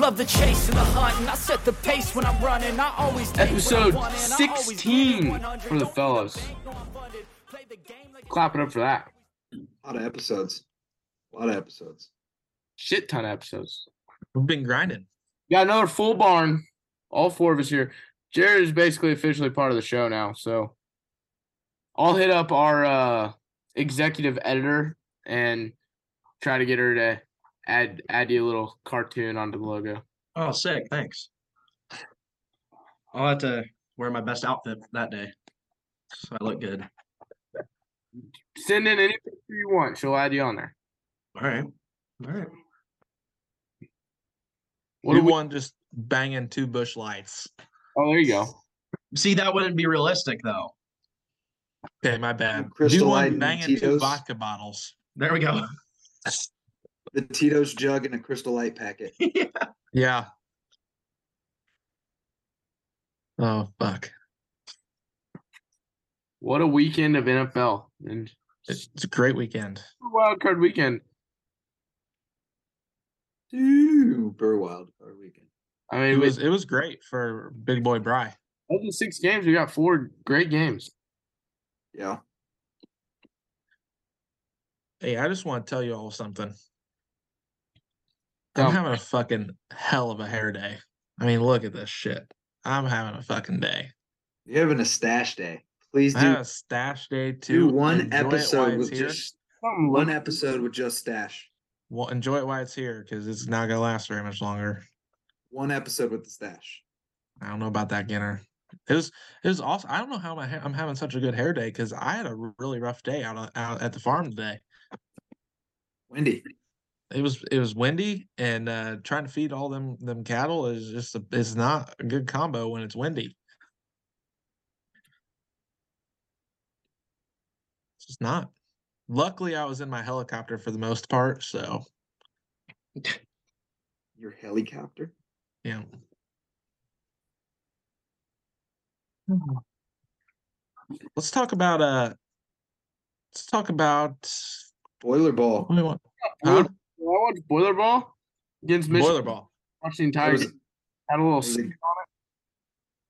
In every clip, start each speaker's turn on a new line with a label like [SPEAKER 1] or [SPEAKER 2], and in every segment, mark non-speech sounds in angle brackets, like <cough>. [SPEAKER 1] love the chase and the hunt, and I set the pace when I'm running. I always take
[SPEAKER 2] Episode
[SPEAKER 1] what I want, and I always give it
[SPEAKER 2] 16
[SPEAKER 1] 100.
[SPEAKER 2] for the
[SPEAKER 1] Don't
[SPEAKER 2] fellas.
[SPEAKER 1] fake, no, I'm funded. Play the game like-
[SPEAKER 2] Clap it up for that.
[SPEAKER 3] A lot of episodes. A lot of episodes.
[SPEAKER 2] Shit ton of episodes.
[SPEAKER 4] We've been grinding.
[SPEAKER 2] Got another full barn. All four of us here. Jared is basically officially part of the show now. So I'll hit up our uh, executive editor and try to get her to add add you a little cartoon onto the logo.
[SPEAKER 4] Oh, sick. Thanks. I'll have to wear my best outfit that day. So I look good.
[SPEAKER 2] Send in any picture you want. She'll add you on there.
[SPEAKER 4] All right. All right.
[SPEAKER 2] What
[SPEAKER 5] we,
[SPEAKER 2] do we-
[SPEAKER 5] want just banging two bush lights.
[SPEAKER 2] oh, there you go.
[SPEAKER 4] See, that wouldn't be realistic though.
[SPEAKER 5] Okay, my bad.
[SPEAKER 3] crystal
[SPEAKER 5] Do
[SPEAKER 3] lighting
[SPEAKER 5] one banging two
[SPEAKER 3] Tito's.
[SPEAKER 5] vodka bottles.
[SPEAKER 4] There we go. <laughs>
[SPEAKER 3] The Tito's jug and a crystal light
[SPEAKER 5] <laughs>
[SPEAKER 3] packet.
[SPEAKER 4] yeah.
[SPEAKER 5] Yeah. Oh fuck!
[SPEAKER 2] What a weekend of NFL and
[SPEAKER 5] It's it's a great weekend.
[SPEAKER 2] wild card weekend.
[SPEAKER 3] Super wild card weekend.
[SPEAKER 2] I
[SPEAKER 5] It
[SPEAKER 2] mean,
[SPEAKER 5] was it was great for Big Boy Bry.
[SPEAKER 2] Of the six games, we got four great games.
[SPEAKER 3] Yeah.
[SPEAKER 5] Hey, I just want to tell you all something. I'm
[SPEAKER 2] Um,
[SPEAKER 5] having a fucking hell of a hair day. I mean, look at this shit. I'm having a fucking day.
[SPEAKER 3] You're having a stash day. Please
[SPEAKER 5] I had
[SPEAKER 3] do,
[SPEAKER 5] a stash day too.
[SPEAKER 3] do one
[SPEAKER 5] Enjoy it while
[SPEAKER 3] episode
[SPEAKER 5] it's
[SPEAKER 3] with
[SPEAKER 5] here.
[SPEAKER 3] just
[SPEAKER 2] Something
[SPEAKER 3] one
[SPEAKER 2] local.
[SPEAKER 3] episode with just stash.
[SPEAKER 5] Well, enjoy it while it's here because it's not gonna last very much longer.
[SPEAKER 3] One episode with the stash.
[SPEAKER 5] I don't know about that Ginner. It was it was awesome. I don't know how my hair, I'm having such a good hair day because I had a r- really rough day out, on- out at the farm today.
[SPEAKER 3] Wendy.
[SPEAKER 5] It was it was windy and uh, trying to feed all them them cattle is just a, is not a good combo when it's windy. It's just not. Luckily, I was in my helicopter for the most part, so
[SPEAKER 3] Your helicopter?
[SPEAKER 5] yeah. Hmm. Let's talk about uh. Let's talk about
[SPEAKER 3] Boiler ball.
[SPEAKER 5] what do we want?
[SPEAKER 2] Boiler,
[SPEAKER 5] Huh?
[SPEAKER 2] I watched Boiler Ball against Michigan.
[SPEAKER 5] Boiler ball.
[SPEAKER 2] Watched the
[SPEAKER 3] That
[SPEAKER 2] entire
[SPEAKER 3] was a
[SPEAKER 2] game. Had a little.
[SPEAKER 3] was a-
[SPEAKER 2] sleep.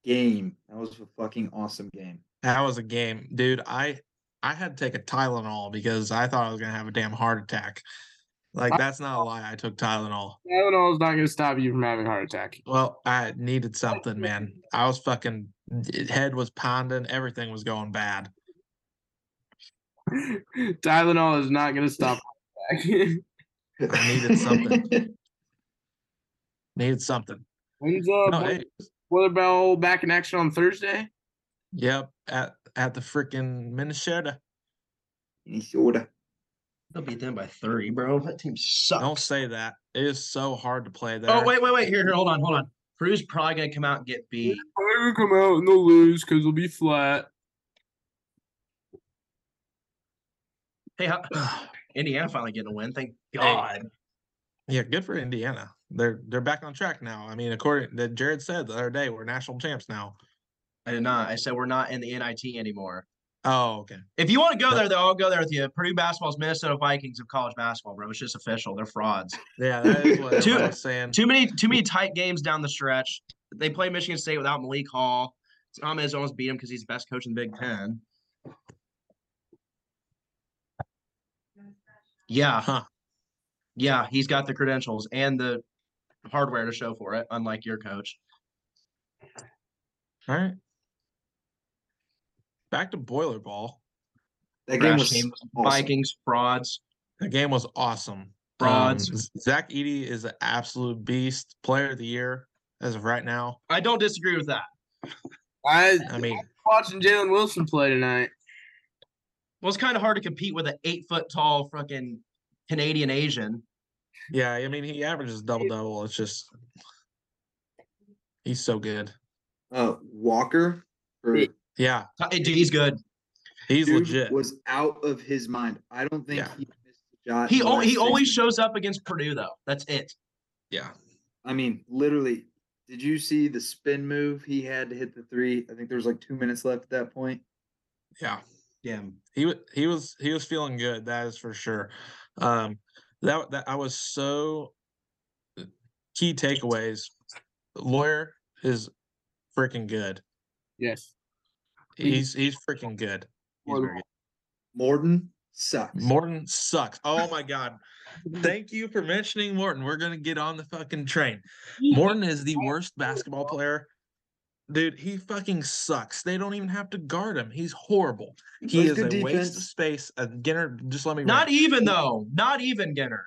[SPEAKER 3] game. That was a fucking awesome game.
[SPEAKER 5] That was a game, dude. I I had to take a Tylenol because I thought I was gonna have a damn heart attack. Like
[SPEAKER 2] I-
[SPEAKER 5] that's not a lie. I took Tylenol.
[SPEAKER 2] Tylenol is not going to stop you from having a heart attack. <laughs>
[SPEAKER 5] Well, I needed something, man. I was fucking d- head was pounding. Everything was going bad.
[SPEAKER 2] Tylenol is not going to stop. a heart attack. <laughs>
[SPEAKER 5] I needed something. Needed something.
[SPEAKER 2] When's uh,
[SPEAKER 5] No,
[SPEAKER 2] Bo-
[SPEAKER 5] it-
[SPEAKER 2] Boiler Ball back in action on Thursday?
[SPEAKER 5] yep. At at the freaking Minnesota.
[SPEAKER 3] <laughs> Minnesota.
[SPEAKER 4] They'll beat them by three, bro. That team sucks.
[SPEAKER 5] Don't say that. It is so hard to play there.
[SPEAKER 4] oh, wait, wait, wait. Here, here, hold on, hold on. Purdue's probably gonna come out and get beat.
[SPEAKER 2] They're going to come out and they'll lose because they'll be flat.
[SPEAKER 4] Hey, how, Indiana finally getting a win. Thank God.
[SPEAKER 5] <sighs> Yeah, good for Indiana. They're they're back on track now. I mean, according that Jared said the other day, we're national champs now.
[SPEAKER 4] I did not. I said we're not in the NIT anymore.
[SPEAKER 5] Oh, okay.
[SPEAKER 4] If you want to go
[SPEAKER 5] But-
[SPEAKER 4] there, though, I'll go there with you. Purdue basketball's Minnesota Vikings of college basketball, bro. It's just official. They're frauds.
[SPEAKER 5] Yeah, that is what
[SPEAKER 4] <laughs> Two-
[SPEAKER 5] I was saying.
[SPEAKER 4] Too many, too many tight games down the stretch. They play Michigan State without Malik Hall. Tom is almost beat him because he's the best coach in the Big Ten. Yeah,
[SPEAKER 5] Huh.
[SPEAKER 4] yeah, he's got the credentials and the hardware to show for it, unlike your coach.
[SPEAKER 5] All right. Back to boiler ball.
[SPEAKER 3] That game
[SPEAKER 4] Trash
[SPEAKER 3] was
[SPEAKER 4] team.
[SPEAKER 3] awesome.
[SPEAKER 4] Vikings frauds.
[SPEAKER 5] The game was awesome.
[SPEAKER 4] Frauds.
[SPEAKER 5] Um, Z- Zach Eady is an absolute beast. Player of the year as of right now.
[SPEAKER 4] I don't disagree with that.
[SPEAKER 2] I
[SPEAKER 5] I mean,
[SPEAKER 2] watching Jalen Wilson play tonight.
[SPEAKER 4] Well, it's kind of hard to compete with an eight foot tall fucking Canadian Asian.
[SPEAKER 5] yeah, I mean he averages double double. It's just he's so good.
[SPEAKER 3] Uh, Walker for
[SPEAKER 2] Yeah.
[SPEAKER 5] Yeah,
[SPEAKER 4] Uh, Dude, he's good.
[SPEAKER 5] he's
[SPEAKER 3] dude
[SPEAKER 5] legit.
[SPEAKER 3] was out of his mind. I don't think
[SPEAKER 5] Yeah.
[SPEAKER 3] he missed a shot.
[SPEAKER 4] He
[SPEAKER 3] in the
[SPEAKER 4] al-
[SPEAKER 3] last
[SPEAKER 4] he always
[SPEAKER 3] 60.
[SPEAKER 4] shows up against Purdue though. That's it.
[SPEAKER 5] yeah.
[SPEAKER 3] I mean, literally. Did you see the spin move he had to hit the three? I think there was like two minutes left at that point.
[SPEAKER 5] Yeah.
[SPEAKER 4] Yeah.
[SPEAKER 5] he was he was he was feeling good that is for sure um that that i was so key takeaways. Lawyer is freaking good.
[SPEAKER 2] Yes.
[SPEAKER 5] He's he's freaking good. He's very good.
[SPEAKER 3] Morton sucks.
[SPEAKER 5] Morton sucks. Oh my god. Thank you for mentioning Morton. We're gonna get on the fucking train. Morton is the worst basketball player. Dude, he fucking sucks. They don't even have to guard him. He's horrible. He
[SPEAKER 3] Plays
[SPEAKER 5] is a
[SPEAKER 3] good
[SPEAKER 5] waste of
[SPEAKER 3] defense.
[SPEAKER 5] space. Uh, Ginner, just let me.
[SPEAKER 4] Not
[SPEAKER 5] rant.
[SPEAKER 4] even though. Not even Ginner.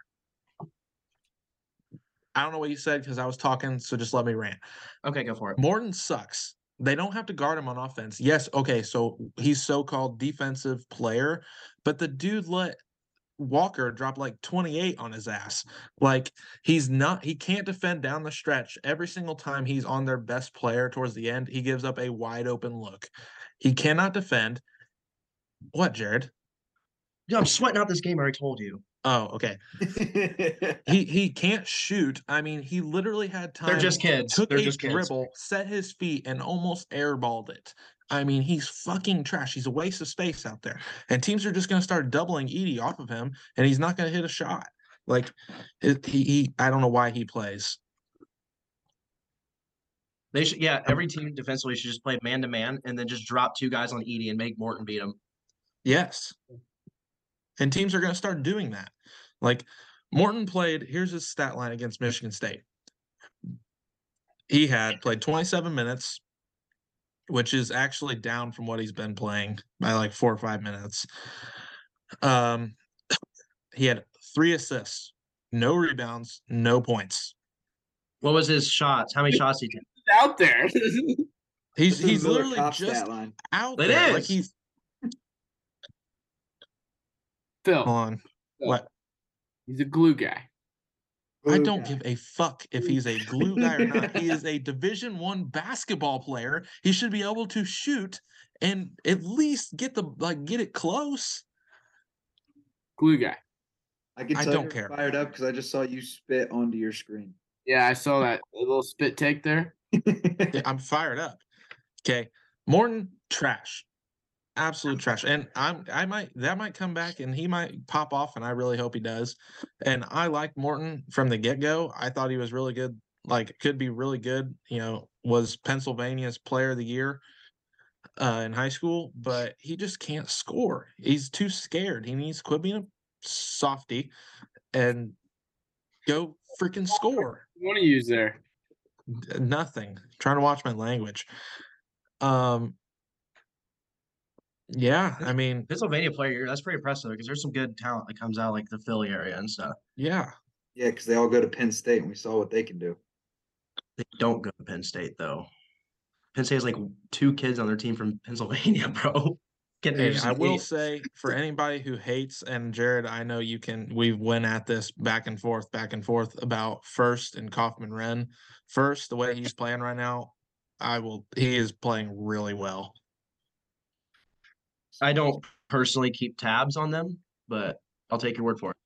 [SPEAKER 5] I don't know what you said because I was talking, so just let me rant.
[SPEAKER 4] Okay, go for it.
[SPEAKER 5] Morton sucks. They don't have to guard him on offense. Yes, okay, so he's so-called defensive player, but the dude let Walker drop like 28 on his ass. Like he's not he can't defend down the stretch. Every single time he's on their best player towards the end, he gives up a wide open look. He cannot defend. What, Jared?
[SPEAKER 4] Dude, I'm sweating out this game. I already told you.
[SPEAKER 5] Oh, okay. <laughs> He he can't shoot. I mean, he literally had time.
[SPEAKER 4] They're just kids.
[SPEAKER 5] took
[SPEAKER 4] They're
[SPEAKER 5] a
[SPEAKER 4] just kids.
[SPEAKER 5] dribble, set his feet, and almost airballed it. I mean, he's fucking trash. He's a waste of space out there. And teams are just going to start doubling Edie off of him, and he's not going to hit a shot. Like, it, he, he, I don't know why he plays.
[SPEAKER 4] They should. Yeah, every team defensively should just play man to man and then just drop two guys on Edie and make Morton beat him.
[SPEAKER 5] Yes. And teams are going to start doing that. Like, Morton played, here's his stat line against Michigan State. He had played 27 minutes, which is actually down from what he's been playing by like four or five minutes. Um, <coughs> he had three assists, no rebounds, no points.
[SPEAKER 4] What was his shots? How many shots did he take?
[SPEAKER 2] It's out there. <laughs>
[SPEAKER 5] He's
[SPEAKER 3] This is
[SPEAKER 5] he's
[SPEAKER 3] another
[SPEAKER 5] literally
[SPEAKER 3] cop stat
[SPEAKER 5] just
[SPEAKER 3] line.
[SPEAKER 5] out
[SPEAKER 4] It
[SPEAKER 5] there. Like
[SPEAKER 4] is.
[SPEAKER 5] he's hold
[SPEAKER 2] Phil,
[SPEAKER 5] on.
[SPEAKER 2] Yeah.
[SPEAKER 5] What?
[SPEAKER 2] he's a glue guy.
[SPEAKER 5] I
[SPEAKER 3] Blue
[SPEAKER 5] don't
[SPEAKER 3] guy.
[SPEAKER 5] give a fuck if he's a glue guy or not. He is a Division One basketball player. He should be able to shoot and at least get the like get it close.
[SPEAKER 2] Glue guy.
[SPEAKER 3] I can
[SPEAKER 5] I
[SPEAKER 3] tell
[SPEAKER 5] don't
[SPEAKER 3] you're
[SPEAKER 5] care.
[SPEAKER 3] Fired up because I just saw you spit onto your screen. <laughs>
[SPEAKER 2] Yeah, I saw that little spit take there.
[SPEAKER 5] Yeah, <laughs> I'm fired up. Okay, Morton trash, absolute trash. And I'm I might that might come back and he might pop off, and I really hope he does. And I liked Morton from the get go. I thought he was really good. Like could be really good. You know, was Pennsylvania's Player of the Year uh, in high school, but he just can't score. He's too scared. He needs to quit being a softy and go freaking score
[SPEAKER 2] want to use there?
[SPEAKER 5] d- nothing. Trying to watch my language. Um. Yeah, I mean,
[SPEAKER 4] Pennsylvania player year. That's pretty impressive because there's some good talent that comes out like the Philly area and stuff.
[SPEAKER 5] yeah,
[SPEAKER 3] yeah, because they all go to Penn State, and we saw what they can do.
[SPEAKER 4] They don't go to Penn State though. Penn State has like two kids on their team from <laughs> Pennsylvania, bro. <laughs> Get
[SPEAKER 5] Hey,
[SPEAKER 4] used to
[SPEAKER 5] I will
[SPEAKER 4] it.
[SPEAKER 5] say for anybody who hates and Jared, I know you can. We went at this back and forth, back and forth about first and Kaufman Wren. First, the way he's playing right now, I will. He is playing really well.
[SPEAKER 4] I don't personally keep tabs on them, but I'll take your word for it.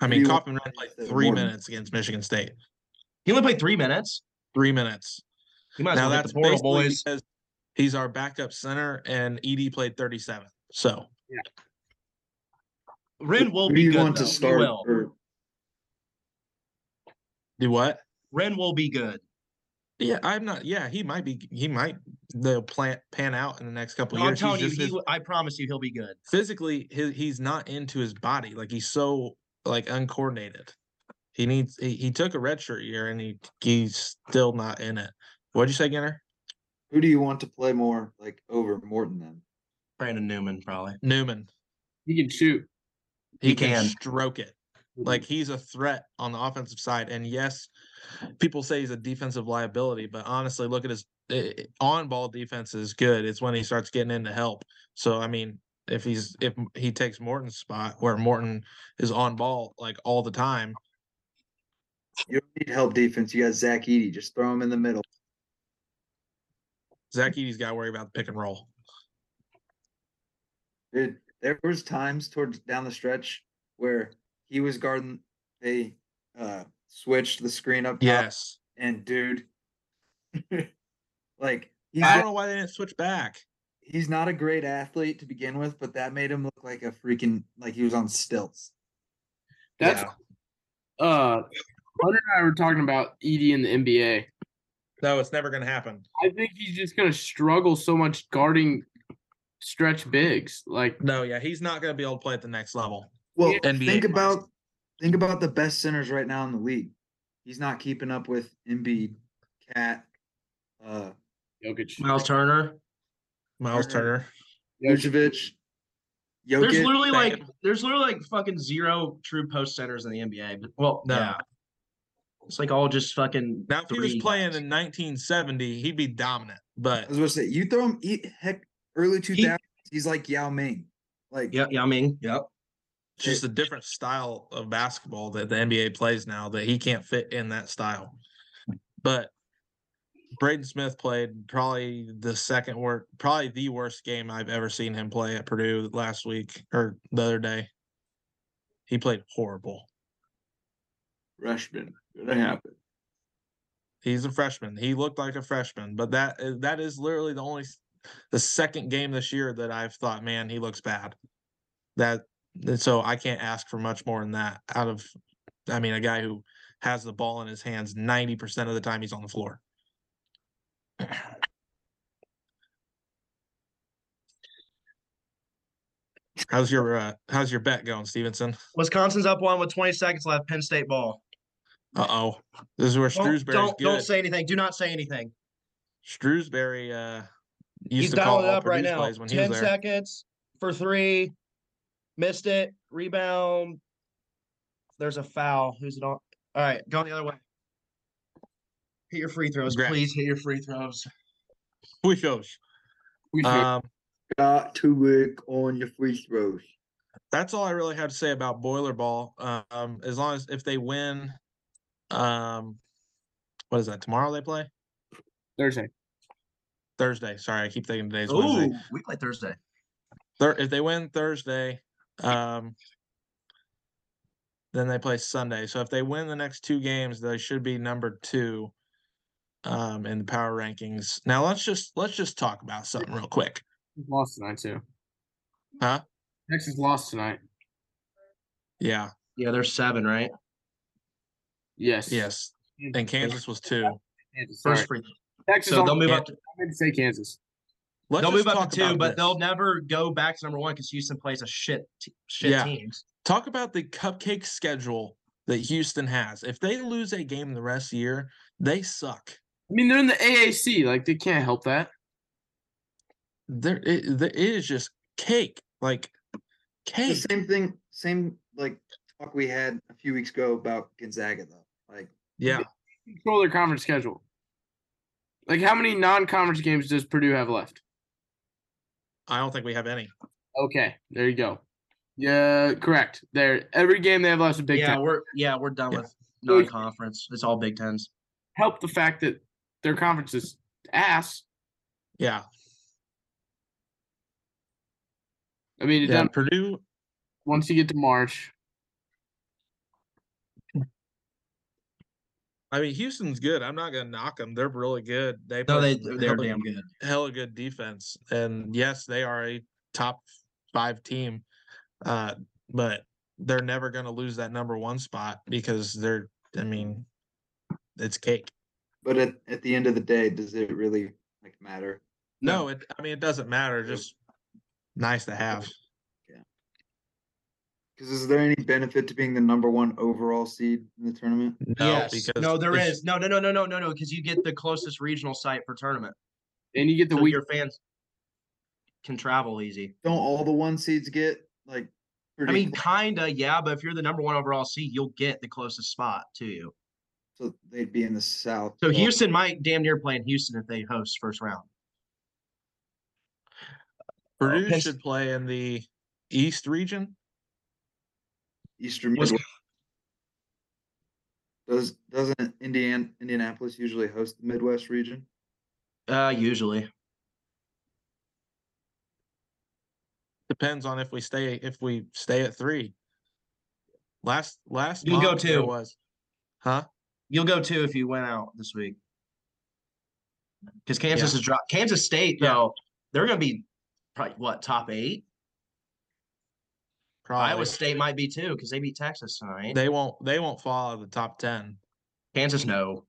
[SPEAKER 5] I
[SPEAKER 3] Who do
[SPEAKER 5] mean,
[SPEAKER 3] you want
[SPEAKER 5] Kaufman Wren played
[SPEAKER 3] the
[SPEAKER 5] three
[SPEAKER 3] Morton?
[SPEAKER 5] minutes against Michigan State.
[SPEAKER 4] He only played three minutes.
[SPEAKER 5] Three minutes.
[SPEAKER 4] He might as
[SPEAKER 5] Now
[SPEAKER 4] well hit
[SPEAKER 5] that's
[SPEAKER 4] the portal,
[SPEAKER 5] basically
[SPEAKER 4] boys.
[SPEAKER 5] because he's our backup center, and Ed played thirty-seven. So.
[SPEAKER 4] Ren will
[SPEAKER 3] Who
[SPEAKER 4] be
[SPEAKER 3] do you
[SPEAKER 4] good.
[SPEAKER 3] want
[SPEAKER 4] though.
[SPEAKER 3] to
[SPEAKER 4] He
[SPEAKER 3] start?
[SPEAKER 4] will.
[SPEAKER 3] for-
[SPEAKER 5] Do what?
[SPEAKER 4] Ren will be good.
[SPEAKER 5] Yeah, I'm not. Yeah, he might be. He might. They'll plant pan out in the next couple
[SPEAKER 4] No, I'm
[SPEAKER 5] years.
[SPEAKER 4] telling you,
[SPEAKER 5] he's
[SPEAKER 4] he,
[SPEAKER 5] just his-
[SPEAKER 4] w- I promise you, he'll be good.
[SPEAKER 5] physically, his, he's not into his body. Like he's so like uncoordinated. He needs. He, he took a red shirt year, and he he's still not in it. What'd you say, Ginner?
[SPEAKER 3] Who do you want to play more like over Morton then?
[SPEAKER 4] Brandon Newman, probably.
[SPEAKER 5] Newman.
[SPEAKER 2] He can shoot.
[SPEAKER 5] He,
[SPEAKER 4] He
[SPEAKER 5] can
[SPEAKER 4] can. Mm-hmm.
[SPEAKER 5] stroke it. Like he's a threat on the offensive side. And yes, people say he's a defensive liability, but honestly, look at his on ball defense is good. It's when he starts getting into help. So I mean, if he's if M- he takes Morton's spot where Morton is on ball like all the time,
[SPEAKER 3] You don't need help defense. You got Zach Eady. Just throw him in the middle.
[SPEAKER 5] Zach Eady's got to worry about the pick and roll.
[SPEAKER 3] Dude, there was times towards down the stretch where he was guarding. They uh switched the screen up. top,
[SPEAKER 5] Yes,
[SPEAKER 3] and dude, <laughs> like he's
[SPEAKER 5] I
[SPEAKER 3] not,
[SPEAKER 5] don't know why they didn't switch back.
[SPEAKER 3] he's not a great athlete to begin with, but that made him look like a freaking like he was on stilts.
[SPEAKER 2] That's uh Hunter and I were talking about Edie in the NBA.
[SPEAKER 5] No, it's never going to happen.
[SPEAKER 2] I think he's just gonna struggle so much guarding stretch bigs. Like
[SPEAKER 5] No, yeah, he's not going to be able to play at the next level.
[SPEAKER 3] Well,
[SPEAKER 5] Yeah, NBA
[SPEAKER 3] think
[SPEAKER 5] wise.
[SPEAKER 3] about think about the best centers right now in the league. He's not keeping up with Embiid, Cat, uh,
[SPEAKER 2] Jokic.
[SPEAKER 4] Miles Turner.
[SPEAKER 5] Miles Turner.
[SPEAKER 3] Vucevic,
[SPEAKER 4] There's
[SPEAKER 3] Jokic.
[SPEAKER 4] literally like
[SPEAKER 5] Bam.
[SPEAKER 4] there's literally like fucking zero true post centers in the NBA. But well,
[SPEAKER 5] No.
[SPEAKER 4] no. It's like all just fucking.
[SPEAKER 5] Now, if he was
[SPEAKER 4] three
[SPEAKER 5] playing
[SPEAKER 4] guys.
[SPEAKER 5] in 1970, he'd be dominant. But
[SPEAKER 3] I was gonna say, you throw him e- heck early two thousands. He's like Yao Ming. Like
[SPEAKER 4] Yep, yeah, I mean, yep.
[SPEAKER 5] it's just a different style of basketball that the NBA plays now that he can't fit in that style. But Braden Smith played probably the second worst, probably the worst game I've ever seen him play at Purdue last week or the other day. He played horrible.
[SPEAKER 3] freshman, gonna happen.
[SPEAKER 5] He's a freshman. He looked like a freshman, but that i- that is literally the only s- the second game this year that I've thought, man, he looks bad. That and so I can't ask for much more than that out of I mean, a guy who has the ball in his hands 90% of the time he's on the floor. How's your uh, how's your bet going, Stevenson?
[SPEAKER 4] Wisconsin's up one with 20 seconds left. Penn State ball.
[SPEAKER 5] Uh-oh. This is where
[SPEAKER 4] Don't,
[SPEAKER 5] Strewsbury's
[SPEAKER 4] don't,
[SPEAKER 5] good.
[SPEAKER 4] don't say anything. Do not say anything.
[SPEAKER 5] Strewsbury uh, used
[SPEAKER 4] He's
[SPEAKER 5] to call
[SPEAKER 4] dialing it
[SPEAKER 5] all
[SPEAKER 4] up right
[SPEAKER 5] Purdue's
[SPEAKER 4] now.
[SPEAKER 5] plays when he was
[SPEAKER 4] 10
[SPEAKER 5] there.
[SPEAKER 4] seconds for three. Missed it. Rebound. There's a foul. Who's it on? All right, going the other way. Hit your free throws,
[SPEAKER 5] Grant.
[SPEAKER 4] please. Hit your free throws.
[SPEAKER 5] <laughs> We shows.
[SPEAKER 2] We should-
[SPEAKER 5] Um,
[SPEAKER 3] Got to work on your free throws.
[SPEAKER 5] that's all I really have to say about Boiler Ball. Um, as long as if they win, um, what is that? Tomorrow they play
[SPEAKER 2] Thursday.
[SPEAKER 5] Thursday. Sorry, I keep thinking today's
[SPEAKER 4] Ooh,
[SPEAKER 5] Wednesday.
[SPEAKER 4] we play Thursday.
[SPEAKER 5] Thur- if they win Thursday, um, then they play Sunday. So if they win the next two games, they should be number two um in the power rankings. Now let's just let's just talk about something real quick.
[SPEAKER 2] Lost tonight too.
[SPEAKER 5] Huh?
[SPEAKER 2] Texas lost tonight.
[SPEAKER 5] Yeah.
[SPEAKER 4] Yeah, there's seven, right?
[SPEAKER 2] Yes.
[SPEAKER 5] Yes,
[SPEAKER 2] Kansas.
[SPEAKER 5] and Kansas was two.
[SPEAKER 2] Kansas, sorry.
[SPEAKER 4] First free.
[SPEAKER 2] Texas.
[SPEAKER 4] So
[SPEAKER 2] on-
[SPEAKER 4] they'll move
[SPEAKER 5] yeah.
[SPEAKER 4] up. To,
[SPEAKER 2] I meant to say Kansas.
[SPEAKER 5] Let's
[SPEAKER 4] they'll
[SPEAKER 5] just
[SPEAKER 4] move up
[SPEAKER 5] talk
[SPEAKER 4] to two,
[SPEAKER 5] about
[SPEAKER 4] but
[SPEAKER 5] this.
[SPEAKER 4] they'll never go back to number one because Houston plays a shit, t- shit
[SPEAKER 5] Yeah.
[SPEAKER 4] teams.
[SPEAKER 5] talk about the cupcake schedule that Houston has. If they lose a game the rest of the year, they suck.
[SPEAKER 2] I mean, they're in the AAC. Like they can't help that.
[SPEAKER 5] There, it, there- it is just cake, like
[SPEAKER 3] The
[SPEAKER 5] cake.
[SPEAKER 3] same thing, same like talk we had a few weeks ago about Gonzaga though. Like
[SPEAKER 5] Yeah,
[SPEAKER 2] Control their conference schedule. Like how many non-conference games does Purdue have left?
[SPEAKER 5] I don't think we have any.
[SPEAKER 2] Okay, there you go. Yeah, correct. There, every game they have left is Big
[SPEAKER 4] yeah,
[SPEAKER 2] Ten.
[SPEAKER 4] we're yeah we're done
[SPEAKER 5] Yeah.
[SPEAKER 4] with non-conference. It's all Big Tens.
[SPEAKER 2] Help the fact that their conference is ass.
[SPEAKER 5] Yeah,
[SPEAKER 2] I mean, it
[SPEAKER 5] yeah.
[SPEAKER 2] doesn't,
[SPEAKER 5] Purdue.
[SPEAKER 2] once you get to March,
[SPEAKER 5] I mean, Houston's good. I'm not gonna knock them. They're really good. They
[SPEAKER 4] No,
[SPEAKER 5] play
[SPEAKER 4] they
[SPEAKER 5] some
[SPEAKER 4] they're
[SPEAKER 5] hella-
[SPEAKER 4] damn good.
[SPEAKER 5] hella good defense. And yes, they are a top five team, uh, but they're never going to lose that number one spot because they're, I mean, it's cake.
[SPEAKER 3] but at, at the end of the day, does it really like matter?
[SPEAKER 5] No, it, I mean, it doesn't matter. Just nice to have.
[SPEAKER 3] Because is there any benefit to being the number one overall seed in the tournament?
[SPEAKER 5] No,
[SPEAKER 4] yes. No, there
[SPEAKER 5] it's-
[SPEAKER 4] is. No, no, no, no, no, no, no. Because you get the closest regional site for tournament,
[SPEAKER 2] and you get the
[SPEAKER 4] so
[SPEAKER 2] week.
[SPEAKER 4] your fans can travel easy.
[SPEAKER 3] Don't all the one seeds get like
[SPEAKER 4] I
[SPEAKER 3] pretty
[SPEAKER 4] mean,
[SPEAKER 3] close?
[SPEAKER 4] kinda, yeah. But if you're the number one overall seed, you'll get the closest spot to you.
[SPEAKER 3] so they'd be in the south.
[SPEAKER 4] So
[SPEAKER 3] Well,
[SPEAKER 4] Houston might damn near play in Houston if they host first round.
[SPEAKER 5] Purdue
[SPEAKER 4] Penn-
[SPEAKER 5] should play in the East region.
[SPEAKER 3] Eastern
[SPEAKER 4] Wisco-
[SPEAKER 3] Midwest. Does doesn't Indian Indianapolis usually host the Midwest region?
[SPEAKER 4] Uh, usually.
[SPEAKER 5] Depends on if we stay, if we stay at three. Last, last
[SPEAKER 4] You can go
[SPEAKER 5] month there
[SPEAKER 4] two.
[SPEAKER 5] was, huh?
[SPEAKER 4] You'll go two if you went out this week. Because Kansas
[SPEAKER 5] Yeah.
[SPEAKER 4] is dropped. Kansas State,
[SPEAKER 5] Yeah.
[SPEAKER 4] though, they're going to be probably what top eight.
[SPEAKER 5] Probably.
[SPEAKER 4] Iowa State might be too because they beat Texas tonight.
[SPEAKER 5] They won't, they won't fall out of the top 10.
[SPEAKER 4] Kansas, no.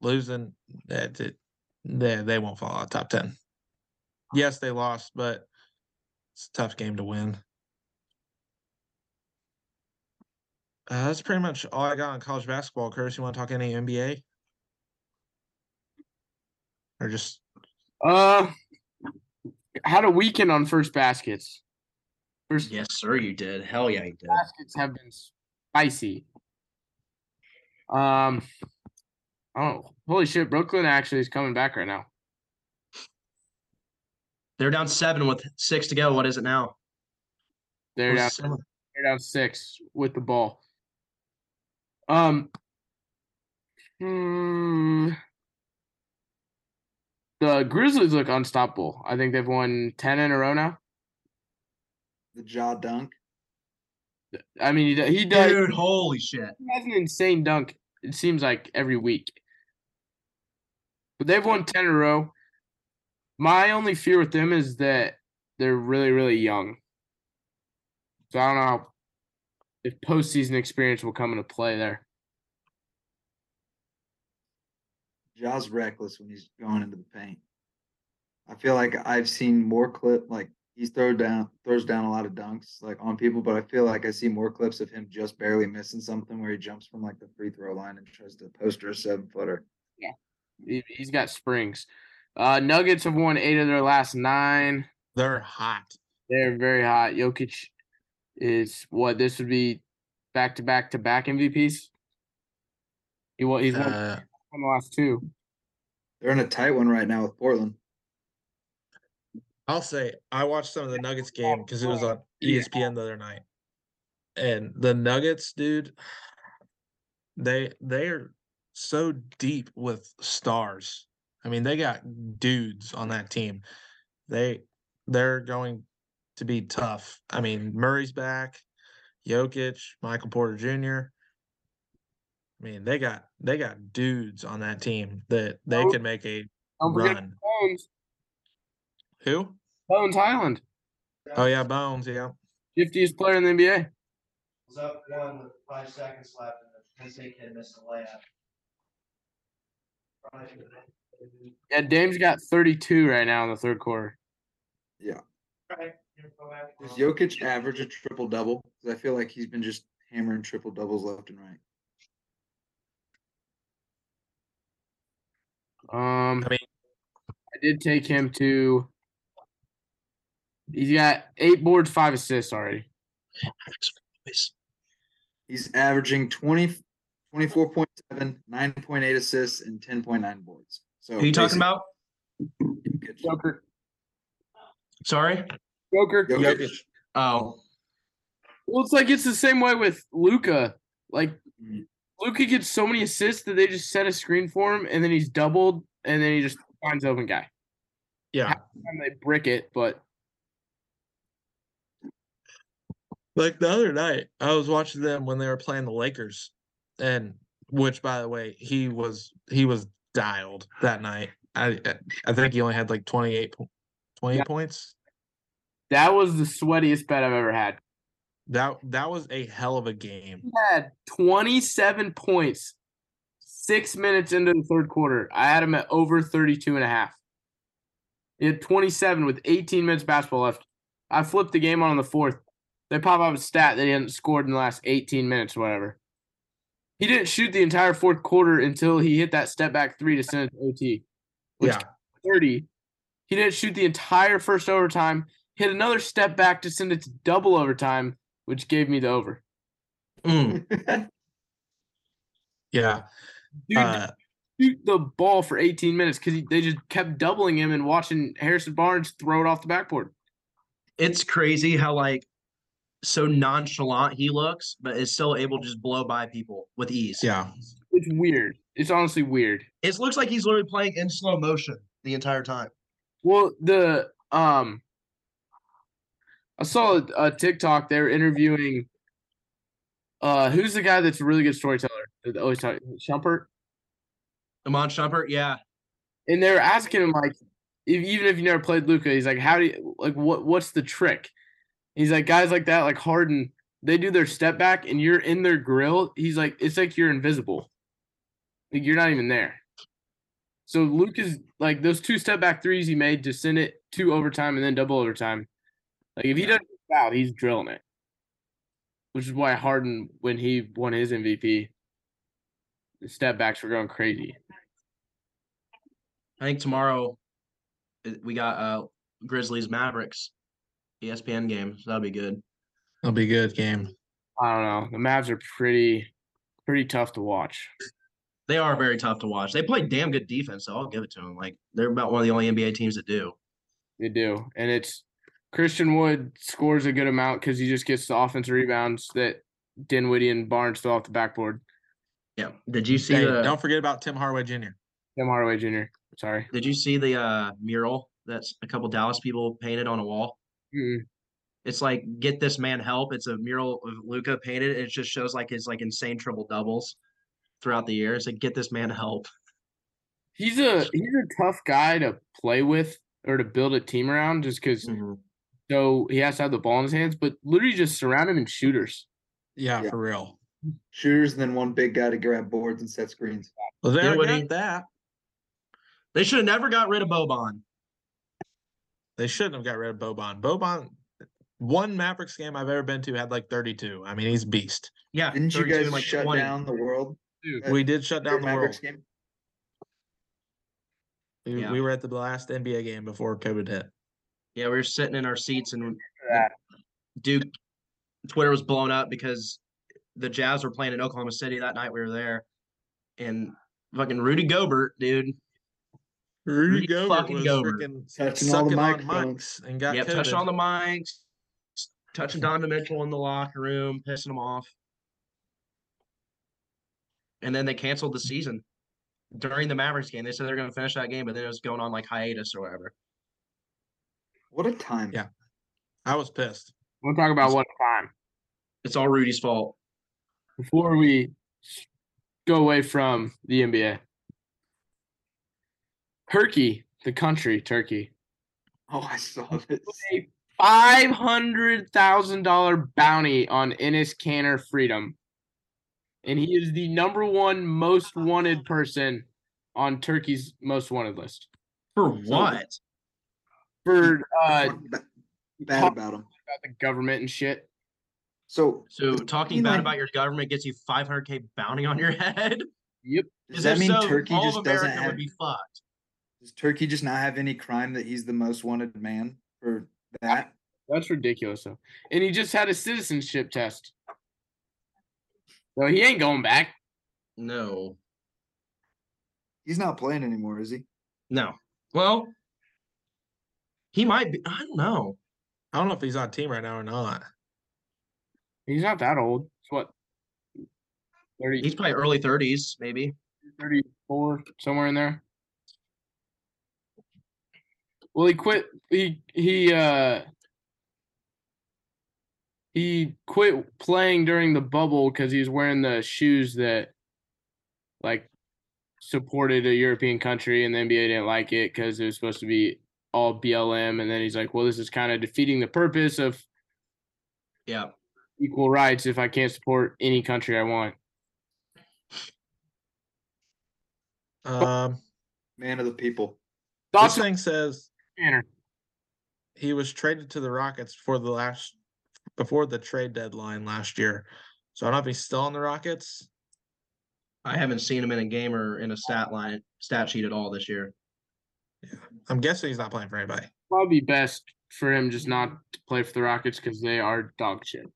[SPEAKER 5] losing that it, they they won't fall out top ten. Yes, they lost, but it's a tough game to win. Uh, that's pretty much all I got on college basketball. Curtis, you want to talk any NBA? Or just
[SPEAKER 2] Uh, had a weekend on first baskets. First
[SPEAKER 4] Yes, sir, you did. Hell yeah, you did.
[SPEAKER 2] baskets have been spicy. Um, oh, holy shit! Brooklyn actually is coming back right now.
[SPEAKER 4] They're down seven with six to go. What is it now?
[SPEAKER 2] They're down,
[SPEAKER 4] What's the score?
[SPEAKER 2] they're down six with the ball. Um, hmm, the Grizzlies look unstoppable. I think they've won ten in a row now.
[SPEAKER 3] The jaw dunk.
[SPEAKER 2] I mean, he, d- he does.
[SPEAKER 4] Dude, holy shit.
[SPEAKER 2] he has an insane dunk. It seems like every week, but they've won ten in a row. My only fear with them is that they're really, really young. So I don't know how- if postseason experience will come into play there.
[SPEAKER 3] Jaw's reckless when he's going into the paint. I feel like I've seen more clip like he's throw down throws down a lot of dunks like on people, but I feel like I see more clips of him just barely missing something where he jumps from like the free throw line and tries to post or a seven footer.
[SPEAKER 2] He, he's got springs. Uh, Nuggets have won eight of their last nine.
[SPEAKER 5] they're hot.
[SPEAKER 2] They're very hot. Jokic is what this would be back to back to back MVPs. He won. He's won,
[SPEAKER 5] Uh,
[SPEAKER 2] won the last two.
[SPEAKER 3] They're in a tight one right now with Portland.
[SPEAKER 5] I'll say I watched some of the Nuggets game because it was on E
[SPEAKER 2] Yeah.
[SPEAKER 5] ESPN the other night, and the Nuggets, dude, <sighs> they they are so deep with stars. I mean, they got dudes on that team. They they're going to be tough. I mean, Murray's back, Jokic, Michael Porter Jr. I mean, they got they got dudes on that team that they
[SPEAKER 2] Oh,
[SPEAKER 5] could make a
[SPEAKER 2] Don't forget
[SPEAKER 5] run.
[SPEAKER 2] Bones,
[SPEAKER 5] Who?
[SPEAKER 2] Bones Highland.
[SPEAKER 5] Oh yeah, Bones. Yeah.
[SPEAKER 2] Fiftiest player in the NBA.
[SPEAKER 4] was up one with five seconds left, and the Penn State kid missed the layup.
[SPEAKER 2] Yeah, Dame's got 32 right now in the third quarter.
[SPEAKER 3] Does
[SPEAKER 4] Oh.
[SPEAKER 3] Jokic average a triple double? Because I feel like he's been just hammering triple doubles left and right.
[SPEAKER 2] Um,
[SPEAKER 5] I mean-
[SPEAKER 2] I did take him to. He's got eight boards, five assists already.
[SPEAKER 3] He's averaging 20, 24.7, 9.8 assists, and 10.9 boards. So
[SPEAKER 4] Who you talking about?
[SPEAKER 3] basically, Jokic.
[SPEAKER 2] Joker,
[SPEAKER 4] Sorry.
[SPEAKER 2] Joker.
[SPEAKER 3] Jokic.
[SPEAKER 4] Oh,
[SPEAKER 2] Well, it's like it's the same way with Luca. Like
[SPEAKER 3] Mhm.
[SPEAKER 2] Luca gets so many assists that they just set a screen for him, and then he's doubled, and then he just finds the open guy.
[SPEAKER 5] Yeah.
[SPEAKER 2] And they brick it, but
[SPEAKER 5] Like the other night, I was watching them when they were playing the Lakers, and which, by the way, he was he was dialed that night. I I- I think he only had like 28, po- 28
[SPEAKER 2] Yeah.
[SPEAKER 5] points.
[SPEAKER 2] that was the sweatiest bet I've ever had.
[SPEAKER 5] That that was a hell of a game.
[SPEAKER 2] He had 27 points six minutes into the third quarter. I had him at over 32 and a half. He had 27 with 18 minutes basketball left. I flipped the game on in the fourth. They pop up a stat that he hadn't scored in the last 18 minutes or whatever. He didn't shoot the entire fourth quarter until he hit that step back three to send it to OT. Which
[SPEAKER 5] Yeah,
[SPEAKER 2] 30. He didn't shoot the entire first overtime. Hit another step back to send it to double overtime, which gave me the over.
[SPEAKER 5] Mm, yeah.
[SPEAKER 2] Dude,
[SPEAKER 5] Uh,
[SPEAKER 2] shoot the ball for 18 minutes because they just kept doubling him and watching Harrison Barnes throw it off the backboard.
[SPEAKER 4] it's crazy how like so nonchalant he looks, but is still able to just blow by people with ease.
[SPEAKER 5] yeah,
[SPEAKER 2] It's weird. It's honestly weird.
[SPEAKER 4] It looks like he's literally playing in slow motion the entire time.
[SPEAKER 2] Well, the um, I saw a, a TikTok. They were interviewing. Uh, who's the guy that's a really good storyteller? that they Always talk Shumpert,
[SPEAKER 4] Amon Shumpert, yeah.
[SPEAKER 2] and they were asking him like, if, even if you never played Luca, he's like, how do you like what? What's the trick? He's like guys like that, like Harden, they do their step back and you're in their grill, he's like, it's like you're invisible. Like you're not even there. So Luke is like those two step back threes he made to send it to overtime and then double overtime. Like if he doesn't foul, he's drilling it. Which is why Harden, when he won his MVP, the step backs were going crazy.
[SPEAKER 4] I think tomorrow uh, we got uh Grizzlies Mavericks E ESPN game, so that'll be good.
[SPEAKER 5] That'll be a good game.
[SPEAKER 2] I don't know. The Mavs are pretty, pretty tough to watch.
[SPEAKER 4] They are very tough to watch. They play damn good defense, so I'll give it to them. Like they're about one of the only NBA teams that do.
[SPEAKER 2] They do, and it's Christian Wood scores a good amount because he just gets the offensive rebounds that Dinwiddie and Barnes throw off the backboard.
[SPEAKER 4] Yeah. Did you see
[SPEAKER 5] Hey,
[SPEAKER 4] the
[SPEAKER 5] don't forget about Tim Hardaway Jr.
[SPEAKER 2] Tim Hardaway Jr. Sorry.
[SPEAKER 4] Did you see the uh mural that's a couple Dallas people painted on a wall?
[SPEAKER 3] Mm.
[SPEAKER 2] Mm-mm.
[SPEAKER 4] It's like get this man help. It's a mural of Luca painted, and it just shows like his like insane triple doubles throughout the year. It's like get this man help.
[SPEAKER 2] He's a he's a tough guy to play with or to build a team around just because
[SPEAKER 4] Mm.
[SPEAKER 3] Mm-hmm.
[SPEAKER 2] so he has to have the ball in his hands, but literally just surround him in shooters.
[SPEAKER 5] Yeah,
[SPEAKER 3] Yeah.
[SPEAKER 5] for real.
[SPEAKER 3] Shooters and then one big guy to grab boards and set screens.
[SPEAKER 5] Well, there we
[SPEAKER 4] Dinwiddie.
[SPEAKER 5] got that.
[SPEAKER 4] They should have never got rid of Boban.
[SPEAKER 5] They shouldn't have got rid of Boban. Boban, one Mavericks game I've ever been to had like 32. I mean, he's a beast.
[SPEAKER 4] Yeah,
[SPEAKER 3] Didn't you
[SPEAKER 4] 32
[SPEAKER 3] guys
[SPEAKER 4] and,
[SPEAKER 3] shut
[SPEAKER 4] 20.
[SPEAKER 3] down the world?
[SPEAKER 2] Dude,
[SPEAKER 3] Uh,
[SPEAKER 5] We did shut down
[SPEAKER 3] during
[SPEAKER 5] the world.
[SPEAKER 3] Mavericks game?
[SPEAKER 5] We,
[SPEAKER 4] Yeah.
[SPEAKER 5] we were at the last NBA game before COVID hit.
[SPEAKER 4] Yeah, we were sitting in our seats and
[SPEAKER 2] that.
[SPEAKER 4] Duke Twitter was blown up because the Jazz were playing in Oklahoma City that night. We were there, and fucking Rudy Gobert, dude, Rudy
[SPEAKER 5] Rudy Gobert
[SPEAKER 4] fucking
[SPEAKER 5] was
[SPEAKER 4] Gobert.
[SPEAKER 5] freaking
[SPEAKER 3] Touching all the
[SPEAKER 5] sucking on
[SPEAKER 3] microphones.
[SPEAKER 5] mics and got
[SPEAKER 4] yeah,
[SPEAKER 5] COVID.
[SPEAKER 4] touching on the mics, touching Donovan Mitchell in the locker room, pissing him off. And then they canceled the season during the Mavericks game. They said they're going to finish that game, but then it was going on like hiatus or whatever.
[SPEAKER 3] What a time.
[SPEAKER 5] Yeah. I was pissed.
[SPEAKER 2] we'll talk about one time.
[SPEAKER 4] It's all Rudy's fault.
[SPEAKER 2] Before we s- go away from the NBA. Turkey, the country, Turkey.
[SPEAKER 3] Oh, I saw this.
[SPEAKER 2] a five hundred thousand dollar bounty on Ennis Canner Freedom, and he is the number one most wanted person on Turkey's most wanted list
[SPEAKER 4] For what?
[SPEAKER 2] for uh,
[SPEAKER 3] Talk ba- bad
[SPEAKER 2] talk-
[SPEAKER 3] about him.
[SPEAKER 2] the government and shit.
[SPEAKER 3] So
[SPEAKER 4] So talking bad
[SPEAKER 3] like-
[SPEAKER 4] about your government gets you 500k bounty on your <laughs> head.
[SPEAKER 2] Yep,
[SPEAKER 3] does that
[SPEAKER 4] If
[SPEAKER 3] mean
[SPEAKER 4] so,
[SPEAKER 3] Turkey
[SPEAKER 4] all of
[SPEAKER 3] just doesn't
[SPEAKER 4] America
[SPEAKER 3] have
[SPEAKER 4] would be fucked.
[SPEAKER 3] does Turkey just not have any crime that he's the most wanted man for that?
[SPEAKER 2] that's ridiculous. Though, and he just had a citizenship test, so he ain't going back.
[SPEAKER 4] No,
[SPEAKER 3] He's not playing anymore, is he?
[SPEAKER 4] no. Well, he might be. I don't know.
[SPEAKER 5] I don't know if he's on team right now or not.
[SPEAKER 2] He's not that old. He's what 30,
[SPEAKER 4] He's probably early 30s, maybe.
[SPEAKER 2] 34, somewhere in there. Well, he quit. He he uh he quit playing during the bubble because he was wearing the shoes that like supported a European country, and the NBA didn't like it because it was supposed to be all BLM. And then he's like, "Well, this is kind of defeating the purpose of
[SPEAKER 4] Yeah.
[SPEAKER 2] equal rights if I can't support any country I want."
[SPEAKER 5] Um,
[SPEAKER 3] Man of the people.
[SPEAKER 5] this
[SPEAKER 2] Thoughts on
[SPEAKER 5] thing says
[SPEAKER 2] Tanner?
[SPEAKER 5] he was traded to the Rockets for the last before the trade deadline last year. So I don't know if he's still on the Rockets.
[SPEAKER 4] I haven't seen him in a game or in a stat line stat sheet at all this year.
[SPEAKER 5] I'm guessing he's not playing for anybody.
[SPEAKER 2] probably best for him just not to play for the Rockets because they are dog shit.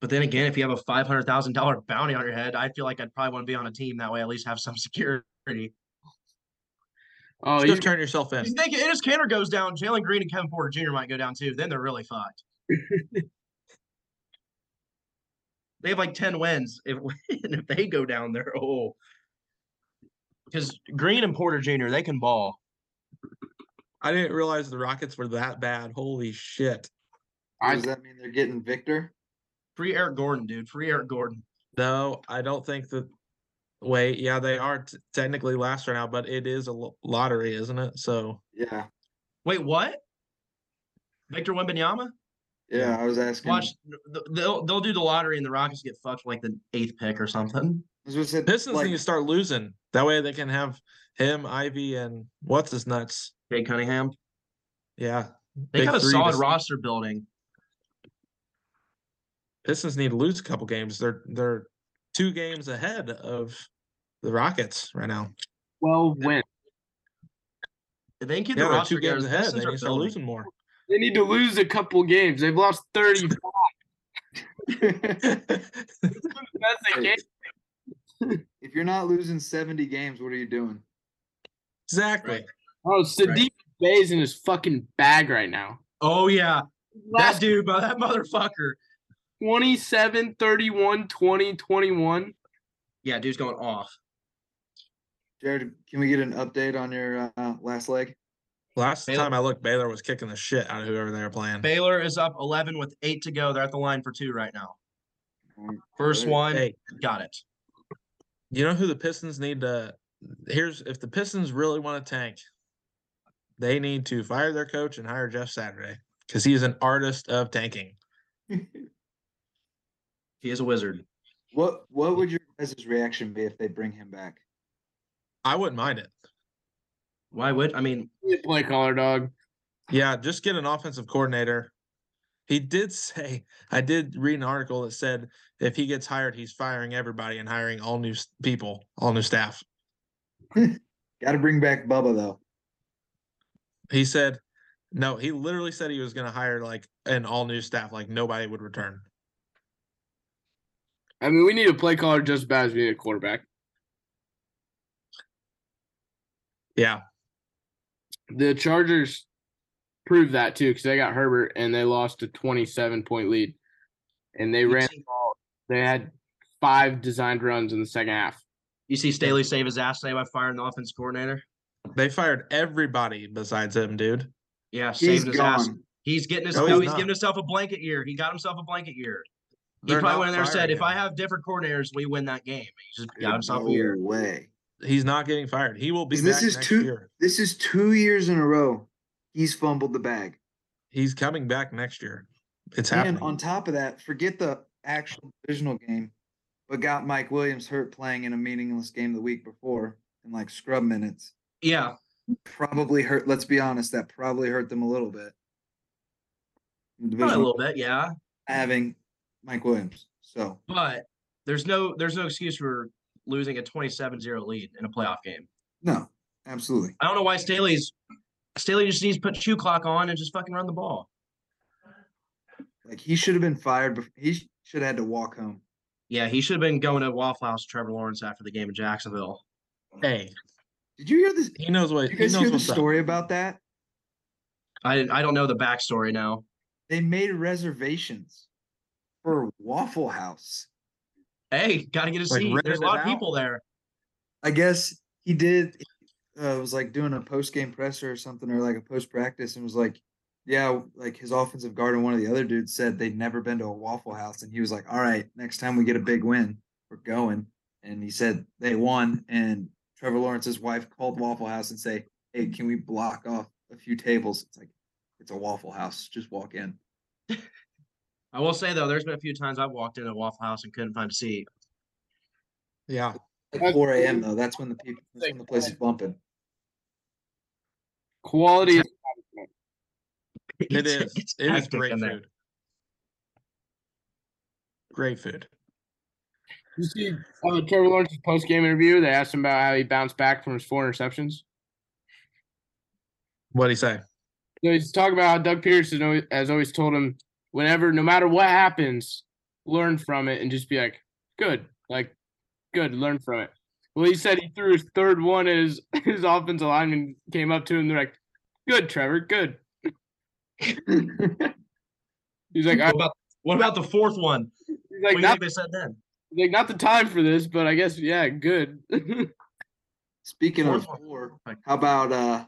[SPEAKER 4] But then again, if you have a five hundred thousand dollar bounty on your head, I feel like I'd probably want to be on a team that way. At least have some <laughs> security.
[SPEAKER 2] Oh,
[SPEAKER 5] just
[SPEAKER 2] he's,
[SPEAKER 5] turn yourself in.
[SPEAKER 4] You think Ennis Canner goes down, Jalen Green and Kevin Porter Jr. might go down too. Then they're really fucked. <laughs> they have like ten wins. If <laughs> and if they go down, they're oh, because Green and Porter Jr. they can ball.
[SPEAKER 5] I didn't realize the Rockets were that bad. Holy shit.
[SPEAKER 2] I,
[SPEAKER 3] Does that mean they're getting Victor?
[SPEAKER 4] Free Eric Gordon, dude. Free Eric Gordon.
[SPEAKER 5] No, I don't think that. Wait, yeah, they are t- technically last right now, but it is a lo- lottery, isn't it? So
[SPEAKER 3] Yeah.
[SPEAKER 4] Wait, what? Victor Wembanyama?
[SPEAKER 3] Yeah, I was asking.
[SPEAKER 4] Watch, th- they'll they'll do the lottery and the Rockets get fucked with, like the eighth pick or something.
[SPEAKER 3] I was gonna say,
[SPEAKER 5] Pistons
[SPEAKER 3] like,
[SPEAKER 5] need to start losing. That way they can have him, Ivy, and what's his nuts.
[SPEAKER 4] Jay Cunningham.
[SPEAKER 5] Yeah,
[SPEAKER 4] They
[SPEAKER 5] Big
[SPEAKER 4] got a
[SPEAKER 5] three
[SPEAKER 4] solid
[SPEAKER 5] just-
[SPEAKER 4] roster building.
[SPEAKER 5] Pistons need to lose a couple games. They're they're two games ahead of the Rockets right now.
[SPEAKER 2] Twelve wins.
[SPEAKER 4] If they can get
[SPEAKER 5] Yeah,
[SPEAKER 4] the
[SPEAKER 5] they're two
[SPEAKER 4] roster
[SPEAKER 5] games
[SPEAKER 4] goes,
[SPEAKER 5] ahead. They
[SPEAKER 4] Pistons
[SPEAKER 5] need
[SPEAKER 4] are
[SPEAKER 5] to start
[SPEAKER 4] building.
[SPEAKER 5] losing
[SPEAKER 4] <laughs>
[SPEAKER 5] more. <laughs>
[SPEAKER 2] They need to lose a couple games. They've lost thirty.
[SPEAKER 5] That's
[SPEAKER 2] That's a game.
[SPEAKER 3] if you're not losing 70 games, what are you doing?
[SPEAKER 5] exactly.
[SPEAKER 2] Oh, Sadiq Bay's in his fucking bag right now.
[SPEAKER 4] Oh yeah, that
[SPEAKER 2] Last
[SPEAKER 4] dude, bro, that motherfucker.
[SPEAKER 2] 27, 31, 20, 21.
[SPEAKER 4] Yeah, dude's going off.
[SPEAKER 3] Jared, can we get an update on your uh, last leg?
[SPEAKER 5] Last
[SPEAKER 4] Baylor-
[SPEAKER 5] time I looked, Baylor was kicking the shit out of whoever they were playing.
[SPEAKER 4] Baylor is up eleven with eight to go. They're at the line for two right now.
[SPEAKER 3] Mm,
[SPEAKER 4] First
[SPEAKER 3] great.
[SPEAKER 4] one,
[SPEAKER 5] Hey.
[SPEAKER 4] got it.
[SPEAKER 5] You know who the Pistons need to? Here's if the Pistons really want to tank, they need to fire their coach and hire Jeff Saturday because he's an artist of tanking.
[SPEAKER 4] He is a wizard.
[SPEAKER 3] <laughs> What What would your guys' reaction be if they bring him back?
[SPEAKER 5] I wouldn't mind it.
[SPEAKER 4] Why would I mean?
[SPEAKER 2] Play caller dog.
[SPEAKER 5] Yeah, just get an offensive coordinator. He did <laughs> say, I did read an article that said if he gets hired, he's firing everybody and hiring all new s- people, all new staff.
[SPEAKER 3] Got to bring back Bubba though.
[SPEAKER 5] He said, no, he literally said he was going to hire like an all new staff, like nobody would return.
[SPEAKER 2] I mean, we need a play caller just as bad as we need a quarterback.
[SPEAKER 5] Yeah.
[SPEAKER 2] The Chargers proved that too because they got Herbert and they lost a 27 point lead. And they
[SPEAKER 4] You
[SPEAKER 2] ran
[SPEAKER 4] see-
[SPEAKER 2] the ball. They had five designed runs in the second half.
[SPEAKER 4] You see Staley save his ass today by firing the offense coordinator.
[SPEAKER 5] They fired everybody besides him, dude.
[SPEAKER 4] Yeah,
[SPEAKER 3] He's
[SPEAKER 4] saving his ass.
[SPEAKER 3] gone.
[SPEAKER 4] He's getting his.
[SPEAKER 5] No,
[SPEAKER 4] No,
[SPEAKER 5] he's
[SPEAKER 4] he's
[SPEAKER 5] not.
[SPEAKER 4] giving himself a blanket year. He got himself a blanket year. He
[SPEAKER 5] They're
[SPEAKER 4] probably
[SPEAKER 5] not
[SPEAKER 4] went in there and said,
[SPEAKER 5] firing
[SPEAKER 4] "If I
[SPEAKER 5] him.
[SPEAKER 4] have different coordinators, we win that game." He just got himself
[SPEAKER 3] No
[SPEAKER 4] a year.
[SPEAKER 3] way.
[SPEAKER 5] he's not getting fired. He will be
[SPEAKER 3] This
[SPEAKER 5] back
[SPEAKER 3] is
[SPEAKER 5] next
[SPEAKER 3] two-
[SPEAKER 5] year.
[SPEAKER 3] This is two years in a row. He's fumbled the bag.
[SPEAKER 5] He's coming back next year. It's
[SPEAKER 3] And
[SPEAKER 5] happening.
[SPEAKER 3] on top of that, forget the actual divisional game, but got Mike Williams hurt playing in a meaningless game the week before in like scrub minutes.
[SPEAKER 4] Yeah,
[SPEAKER 3] Probably hurt. Let's be honest, that probably hurt them a little bit.
[SPEAKER 4] probably a
[SPEAKER 3] Divisional
[SPEAKER 4] little bit. Yeah,
[SPEAKER 3] having Mike Williams. So
[SPEAKER 4] but there's no there's no excuse for losing a 27-0 lead in a playoff game.
[SPEAKER 3] no, absolutely.
[SPEAKER 4] I don't know why Staley's Staley just needs to put shoe clock on and just fucking run the ball.
[SPEAKER 3] Like he should have been fired. Before, he sh- should have had to walk home.
[SPEAKER 4] Yeah, he should have been going to Waffle House, with Trevor Lawrence after the game in Jacksonville.
[SPEAKER 5] hey,
[SPEAKER 3] Did you hear this?
[SPEAKER 5] he knows what
[SPEAKER 3] You
[SPEAKER 5] he
[SPEAKER 3] guys
[SPEAKER 5] knows
[SPEAKER 3] hear the
[SPEAKER 5] what's up.
[SPEAKER 3] story about that?
[SPEAKER 4] I didn't- I don't know the backstory now.
[SPEAKER 3] They made reservations for Waffle House.
[SPEAKER 4] Hey, gotta get a
[SPEAKER 5] Like,
[SPEAKER 4] seat. There's
[SPEAKER 5] rented
[SPEAKER 4] a
[SPEAKER 5] it
[SPEAKER 4] lot
[SPEAKER 5] out.
[SPEAKER 4] of people there.
[SPEAKER 3] I guess he did. Uh, was like doing a post game presser or something, or like a post practice, and was like, "Yeah, like his offensive guard and one of the other dudes said they'd never been to a Waffle House, and he was like, "All right, next time we get a big win, we're going." And he said they won, and Trevor Lawrence's wife called Waffle House and say, "Hey, can we block off a few tables?" It's like it's a Waffle House, just walk in.
[SPEAKER 4] I will say though, there's been a few times I've walked into Waffle House and couldn't find a seat.
[SPEAKER 5] Yeah.
[SPEAKER 3] <laughs> At
[SPEAKER 2] That's
[SPEAKER 3] 4 a.m. though, that's when the people, that's when the place is bumping.
[SPEAKER 2] Quality.
[SPEAKER 5] It
[SPEAKER 4] It's-
[SPEAKER 5] is.
[SPEAKER 4] it's
[SPEAKER 5] <laughs> It is
[SPEAKER 4] hectic
[SPEAKER 5] great
[SPEAKER 4] in there.
[SPEAKER 5] food. Great food.
[SPEAKER 2] You see uh, Trevor Lawrence's post game interview. They asked him about how he bounced back from his four interceptions.
[SPEAKER 5] What'd he say?
[SPEAKER 2] So he's talking about how Doug Peterson always, has always told him, whenever, no matter what happens, learn from it and just be like, good, like, good, learn from it. Well, he said he threw his third one and his, <laughs> his offensive lineman came up to him. They're like, good, Trevor, good. he's like, I,
[SPEAKER 4] What about, what about the fourth one?
[SPEAKER 2] he's
[SPEAKER 4] What
[SPEAKER 2] like,
[SPEAKER 4] do you
[SPEAKER 2] not,
[SPEAKER 4] think they said then?
[SPEAKER 2] he's like, not the time for this, but I guess, yeah, good.
[SPEAKER 3] <laughs>
[SPEAKER 2] <laughs>
[SPEAKER 3] Speaking of
[SPEAKER 4] Fourth one.
[SPEAKER 3] four,
[SPEAKER 4] Like-
[SPEAKER 3] how about uh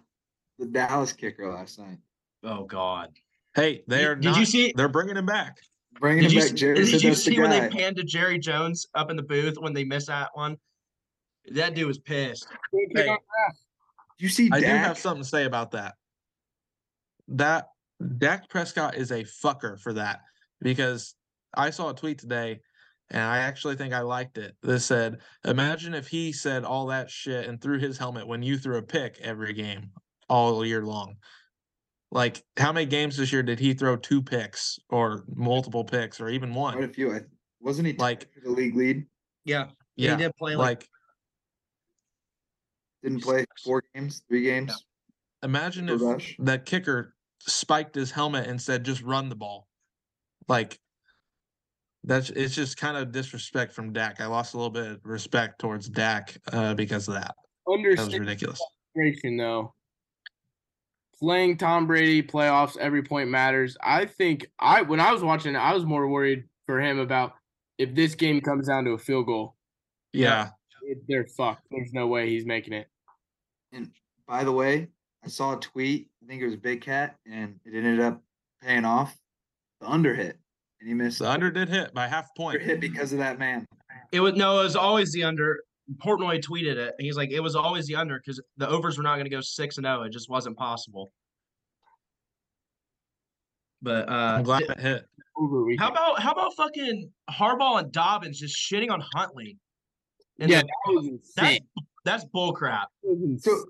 [SPEAKER 3] the Dallas kicker last night?
[SPEAKER 4] Oh God!
[SPEAKER 5] Hey, they
[SPEAKER 4] Did-
[SPEAKER 5] are
[SPEAKER 4] did
[SPEAKER 5] not,
[SPEAKER 4] you see-
[SPEAKER 5] They're bringing him back.
[SPEAKER 3] Bringing
[SPEAKER 4] Did
[SPEAKER 3] it
[SPEAKER 4] you,
[SPEAKER 3] back,
[SPEAKER 4] see-
[SPEAKER 3] Jerry
[SPEAKER 4] did
[SPEAKER 3] said
[SPEAKER 4] you
[SPEAKER 3] that's the
[SPEAKER 4] see when they
[SPEAKER 3] guy.
[SPEAKER 4] panned to Jerry Jones up in the booth when they missed that one? That dude was pissed.
[SPEAKER 5] Hey,
[SPEAKER 3] You see, Dak,
[SPEAKER 5] I
[SPEAKER 4] <laughs>
[SPEAKER 5] do have something to say about that. That Dak Prescott is a fucker for that because I saw a tweet today and I actually think I liked it. This said, Imagine if he said all that shit and threw his helmet when you threw a pick every game all year long. Like, how many games this year did he throw two picks or multiple picks or even
[SPEAKER 3] Quite a
[SPEAKER 5] one?
[SPEAKER 3] few. I, wasn't he tied
[SPEAKER 5] Like-
[SPEAKER 3] for the league lead?
[SPEAKER 4] Yeah.
[SPEAKER 5] Yeah.
[SPEAKER 4] He did play like,
[SPEAKER 5] Like,
[SPEAKER 3] Didn't play four games, three games.
[SPEAKER 5] imagine
[SPEAKER 3] for
[SPEAKER 5] if
[SPEAKER 3] rush.
[SPEAKER 5] that kicker spiked his helmet and said, just run the ball. Like that's it's just kind of disrespect from Dak. I lost a little bit of respect towards Dak uh, because of that. That was
[SPEAKER 2] Understand
[SPEAKER 5] ridiculous.
[SPEAKER 2] frustration, though. Playing Tom Brady playoffs, every point matters. I think I when I was watching, it, I was more worried for him about if this game comes down to a field goal,
[SPEAKER 5] Yeah.
[SPEAKER 2] it- they're fucked. There's no way he's making it.
[SPEAKER 3] And by the way, I saw a tweet. I think it was Big Cat, and it ended up paying off. The under hit, and he missed
[SPEAKER 5] The under did hit by half
[SPEAKER 3] under
[SPEAKER 5] point.
[SPEAKER 3] hit because of that man.
[SPEAKER 4] it was no, it was always the under. Portnoy tweeted it, and he's like, "It was always the under because the overs were not going to go six and zero. It just wasn't possible." But uh,
[SPEAKER 5] I'm glad it hit.
[SPEAKER 2] Over weekend.
[SPEAKER 4] how about how about fucking Harbaugh and Dobbins just shitting on Huntley? And
[SPEAKER 2] yeah,
[SPEAKER 4] the-
[SPEAKER 2] that was
[SPEAKER 4] that's
[SPEAKER 2] insane.
[SPEAKER 4] that's bullcrap.
[SPEAKER 2] That was insane.
[SPEAKER 3] So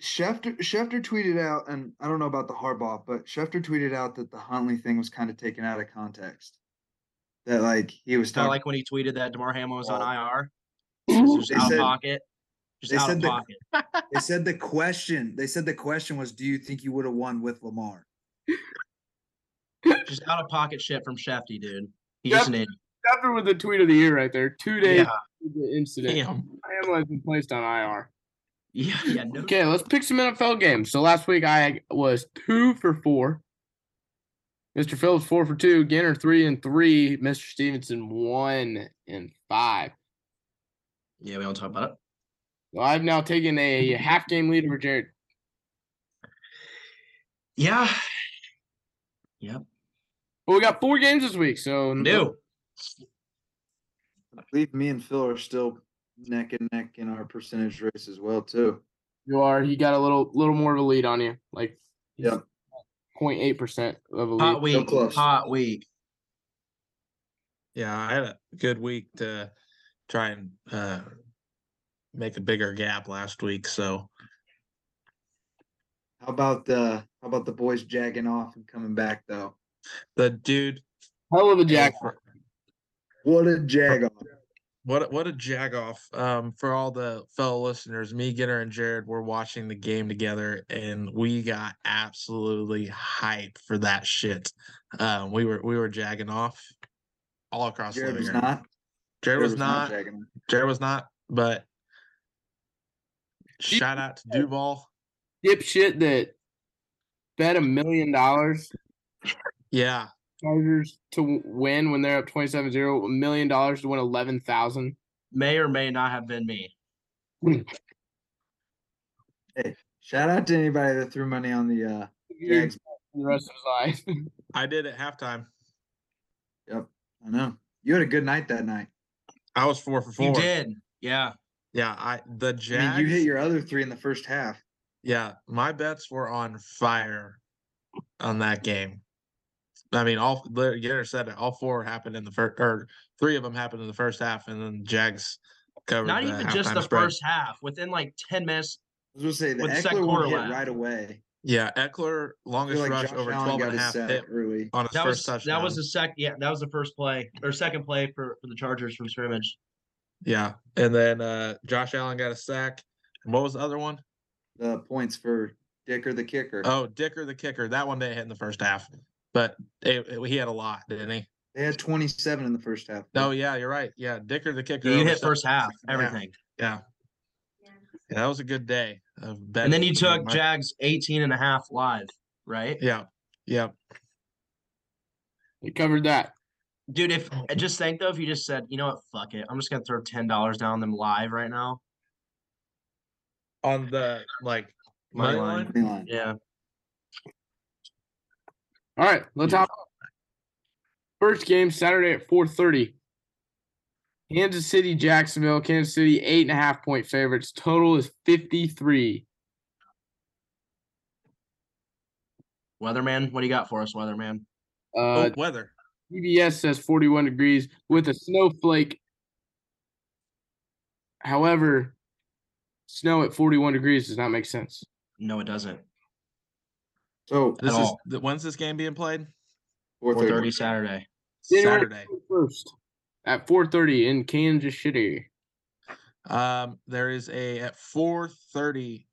[SPEAKER 3] Schefter Schefter tweeted out, and I don't know about the Harbaugh, but Schefter tweeted out that the Huntley thing was kind of taken out of context. That like he was
[SPEAKER 4] Kind
[SPEAKER 3] talking.
[SPEAKER 4] of like when he tweeted that Demar Hamlin was on
[SPEAKER 3] Well,
[SPEAKER 4] IR. It was just
[SPEAKER 3] they
[SPEAKER 4] out
[SPEAKER 3] said-
[SPEAKER 4] of pocket. Just
[SPEAKER 3] they
[SPEAKER 4] out of
[SPEAKER 3] said that-
[SPEAKER 4] pocket.
[SPEAKER 3] they said the question. They said the question was, "Do you think you would have won with Lamar?"
[SPEAKER 4] Just out of pocket shit from Shefty, dude. He's
[SPEAKER 2] Yep.
[SPEAKER 4] just an idiot.
[SPEAKER 2] After with the tweet of the year right there, two days
[SPEAKER 4] Yeah.
[SPEAKER 2] after the incident,
[SPEAKER 5] Damn.
[SPEAKER 2] Hamlin's been placed on IR.
[SPEAKER 4] <laughs> Yeah. yeah no,
[SPEAKER 2] Okay, let's pick some NFL games. So last week I was two for four. Mr. Phillips four for two. Ganner three and three. Mr. Stevenson one and five.
[SPEAKER 4] yeah, we don't talk about it.
[SPEAKER 2] So I've now taken a half game lead over Jared.
[SPEAKER 4] Yeah.
[SPEAKER 2] But we got four games this week, so
[SPEAKER 4] No.
[SPEAKER 3] I believe me and Phil are still neck and neck in our percentage race as well too.
[SPEAKER 2] you are. He got a little little more of a lead on you, like
[SPEAKER 3] Yeah.
[SPEAKER 2] 08 percent of a lead.
[SPEAKER 4] Hot week.
[SPEAKER 3] close.
[SPEAKER 4] Hot week.
[SPEAKER 5] Yeah, I had a good week to try and uh make a bigger gap last week. So
[SPEAKER 3] How about uh how about the boys jagging off and coming back though?
[SPEAKER 5] the dude
[SPEAKER 2] Hell of a jack.
[SPEAKER 3] What a jag off.
[SPEAKER 5] What a- what a jag off. Um, for all the fellow listeners, me, Ginner, and Jared were watching the game together, and we got absolutely hype for that shit. Um, we were we were jagging off all across
[SPEAKER 3] Jared
[SPEAKER 5] the
[SPEAKER 3] was
[SPEAKER 5] living room.
[SPEAKER 3] not.
[SPEAKER 5] Jared was not.
[SPEAKER 3] jagging off.
[SPEAKER 5] Jared was not. But shout out to Duval.
[SPEAKER 2] Dipshit that bet a million dollars
[SPEAKER 5] Yeah,
[SPEAKER 2] Chargers to w- win when they're up 27-0, a million dollars to win 11,000.
[SPEAKER 4] May or may not have been me.
[SPEAKER 3] Shout out to anybody that threw money on the uh
[SPEAKER 2] years
[SPEAKER 3] Jags.
[SPEAKER 2] for the rest of his <laughs> life.
[SPEAKER 5] I did at halftime.
[SPEAKER 3] I know. You had a good night that night.
[SPEAKER 5] I was four for four.
[SPEAKER 4] You did. Yeah.
[SPEAKER 5] Yeah, I the Jags.
[SPEAKER 3] I mean, you hit your other three in the first half.
[SPEAKER 5] Yeah, my bets were on fire on that game. I mean, all lit- Garrett said it. All four happened in the first, or three of them happened in the first half, and then Jags covered.
[SPEAKER 4] Not
[SPEAKER 5] the
[SPEAKER 4] even just
[SPEAKER 5] halftime
[SPEAKER 4] the
[SPEAKER 5] spread.
[SPEAKER 4] first half. Within like 10 minutes.
[SPEAKER 3] I was gonna say the
[SPEAKER 4] With the second
[SPEAKER 3] Eckler
[SPEAKER 4] quarter
[SPEAKER 3] one hit
[SPEAKER 4] left.
[SPEAKER 3] right away.
[SPEAKER 5] Yeah, Eckler
[SPEAKER 3] I feel
[SPEAKER 5] longest
[SPEAKER 3] like
[SPEAKER 5] rush
[SPEAKER 3] Josh
[SPEAKER 5] over
[SPEAKER 3] Allen
[SPEAKER 5] 12
[SPEAKER 3] got
[SPEAKER 5] and a
[SPEAKER 3] his
[SPEAKER 5] half
[SPEAKER 3] sack
[SPEAKER 5] hit
[SPEAKER 3] early.
[SPEAKER 5] on his
[SPEAKER 4] That was
[SPEAKER 5] first touchdown.
[SPEAKER 4] that was the second yeah, that was the first play or second play for, for the Chargers from scrimmage.
[SPEAKER 5] yeah, and then uh, Josh Allen got a sack. And what was the other one?
[SPEAKER 3] The points for Dicker the kicker.
[SPEAKER 5] Oh, Dicker the kicker. That one didn't hit in the first half, but it, it- he had a lot, didn't he?
[SPEAKER 3] They had 27 in the first half.
[SPEAKER 5] No, yeah, you're right. Yeah, Dicker the kicker.
[SPEAKER 4] You
[SPEAKER 5] over
[SPEAKER 4] hit
[SPEAKER 5] se-
[SPEAKER 4] first half,
[SPEAKER 5] second half.
[SPEAKER 4] everything.
[SPEAKER 5] Yeah. Yeah, that was a good day of betting.
[SPEAKER 4] And then you
[SPEAKER 5] for me.
[SPEAKER 4] took
[SPEAKER 5] My-
[SPEAKER 4] Jags 18 and a half live, right?
[SPEAKER 5] Yeah. Yeah.
[SPEAKER 2] He covered that.
[SPEAKER 4] Dude, if I just think though, if you just said, you know what, fuck it, I'm just gonna throw ten dollars down on them live right now.
[SPEAKER 5] On the like
[SPEAKER 4] Money
[SPEAKER 5] money
[SPEAKER 4] line.
[SPEAKER 5] line.
[SPEAKER 3] Money line.
[SPEAKER 4] Yeah,
[SPEAKER 2] All right, let's
[SPEAKER 5] Yeah.
[SPEAKER 2] hop. First game Saturday at 4:30. Kansas City, Jacksonville. Kansas City eight and a half point favorites. Total is 53.
[SPEAKER 4] Weatherman, what do you got for us, Weatherman?
[SPEAKER 2] Uh,
[SPEAKER 5] Oh, weather.
[SPEAKER 2] CBS says 41 degrees with a snowflake. However, snow at 41 degrees does not make sense.
[SPEAKER 4] No, it doesn't.
[SPEAKER 3] So
[SPEAKER 5] This is
[SPEAKER 4] all.
[SPEAKER 5] the, when's this game being played?
[SPEAKER 4] 4:30
[SPEAKER 3] 430.
[SPEAKER 4] Saturday.
[SPEAKER 2] January
[SPEAKER 5] Saturday.
[SPEAKER 2] 21st at 4:30 in Kansas City.
[SPEAKER 5] Um, there is a at four thirty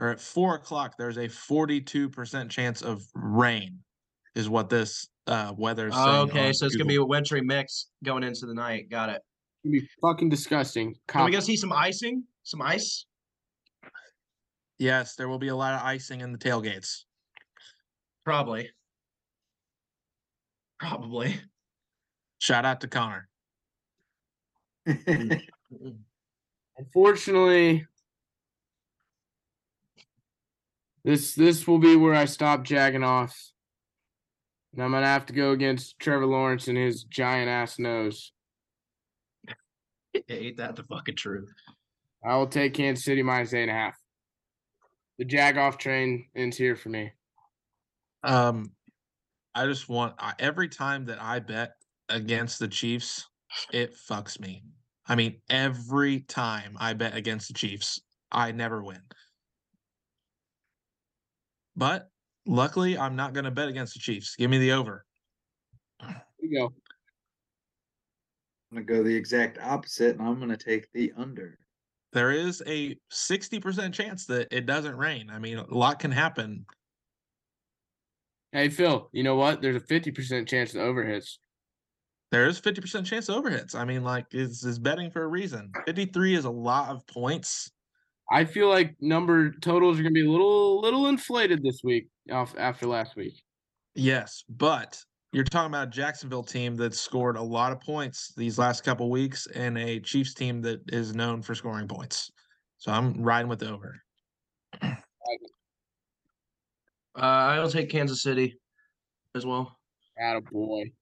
[SPEAKER 5] or at four o'clock. There's a forty-two percent chance of rain, is what this uh weather. Is saying
[SPEAKER 4] okay,
[SPEAKER 5] on
[SPEAKER 4] so it's gonna be
[SPEAKER 5] Google.
[SPEAKER 4] a wintry mix going into the night. Got it.
[SPEAKER 2] It'd be fucking disgusting.
[SPEAKER 4] Are we
[SPEAKER 2] Cop-
[SPEAKER 4] gonna see some icing? Some ice?
[SPEAKER 5] yes. There will be a lot of icing in the tailgates.
[SPEAKER 4] Probably. Probably.
[SPEAKER 5] Shout out to Connor.
[SPEAKER 2] Unfortunately, this this will be where I stop jagging off. And I'm gonna have to go against Trevor Lawrence and his giant ass nose.
[SPEAKER 4] <laughs> Ain't that the fucking truth?
[SPEAKER 2] I will take Kansas City minus eight and a half. The jag off train ends here for me.
[SPEAKER 5] Um, I just want I, every time that I bet against the Chiefs, it fucks me. I mean, every time I bet against the Chiefs, I never win. But luckily, I'm not going to bet against the Chiefs. Give me the over.
[SPEAKER 2] Here you go.
[SPEAKER 3] <laughs> I'm gonna go the exact opposite, and I'm gonna take the under.
[SPEAKER 5] There is a 60% chance that it doesn't rain. I mean, a lot can happen.
[SPEAKER 2] Hey Phil, you know what? There's a fifty percent chance the over hits.
[SPEAKER 5] There is 50% chance of overhits. I mean, like, it's, it's betting for a reason. 53 is a lot of points.
[SPEAKER 2] I feel like number totals are gonna be a little little inflated this week off after last week.
[SPEAKER 5] Yes, but you're talking about a Jacksonville team that scored a lot of points these last couple weeks and a Chiefs team that is known for scoring points. So I'm riding with the over.
[SPEAKER 4] Uh, I'll take Kansas City as well.
[SPEAKER 2] Attaboy.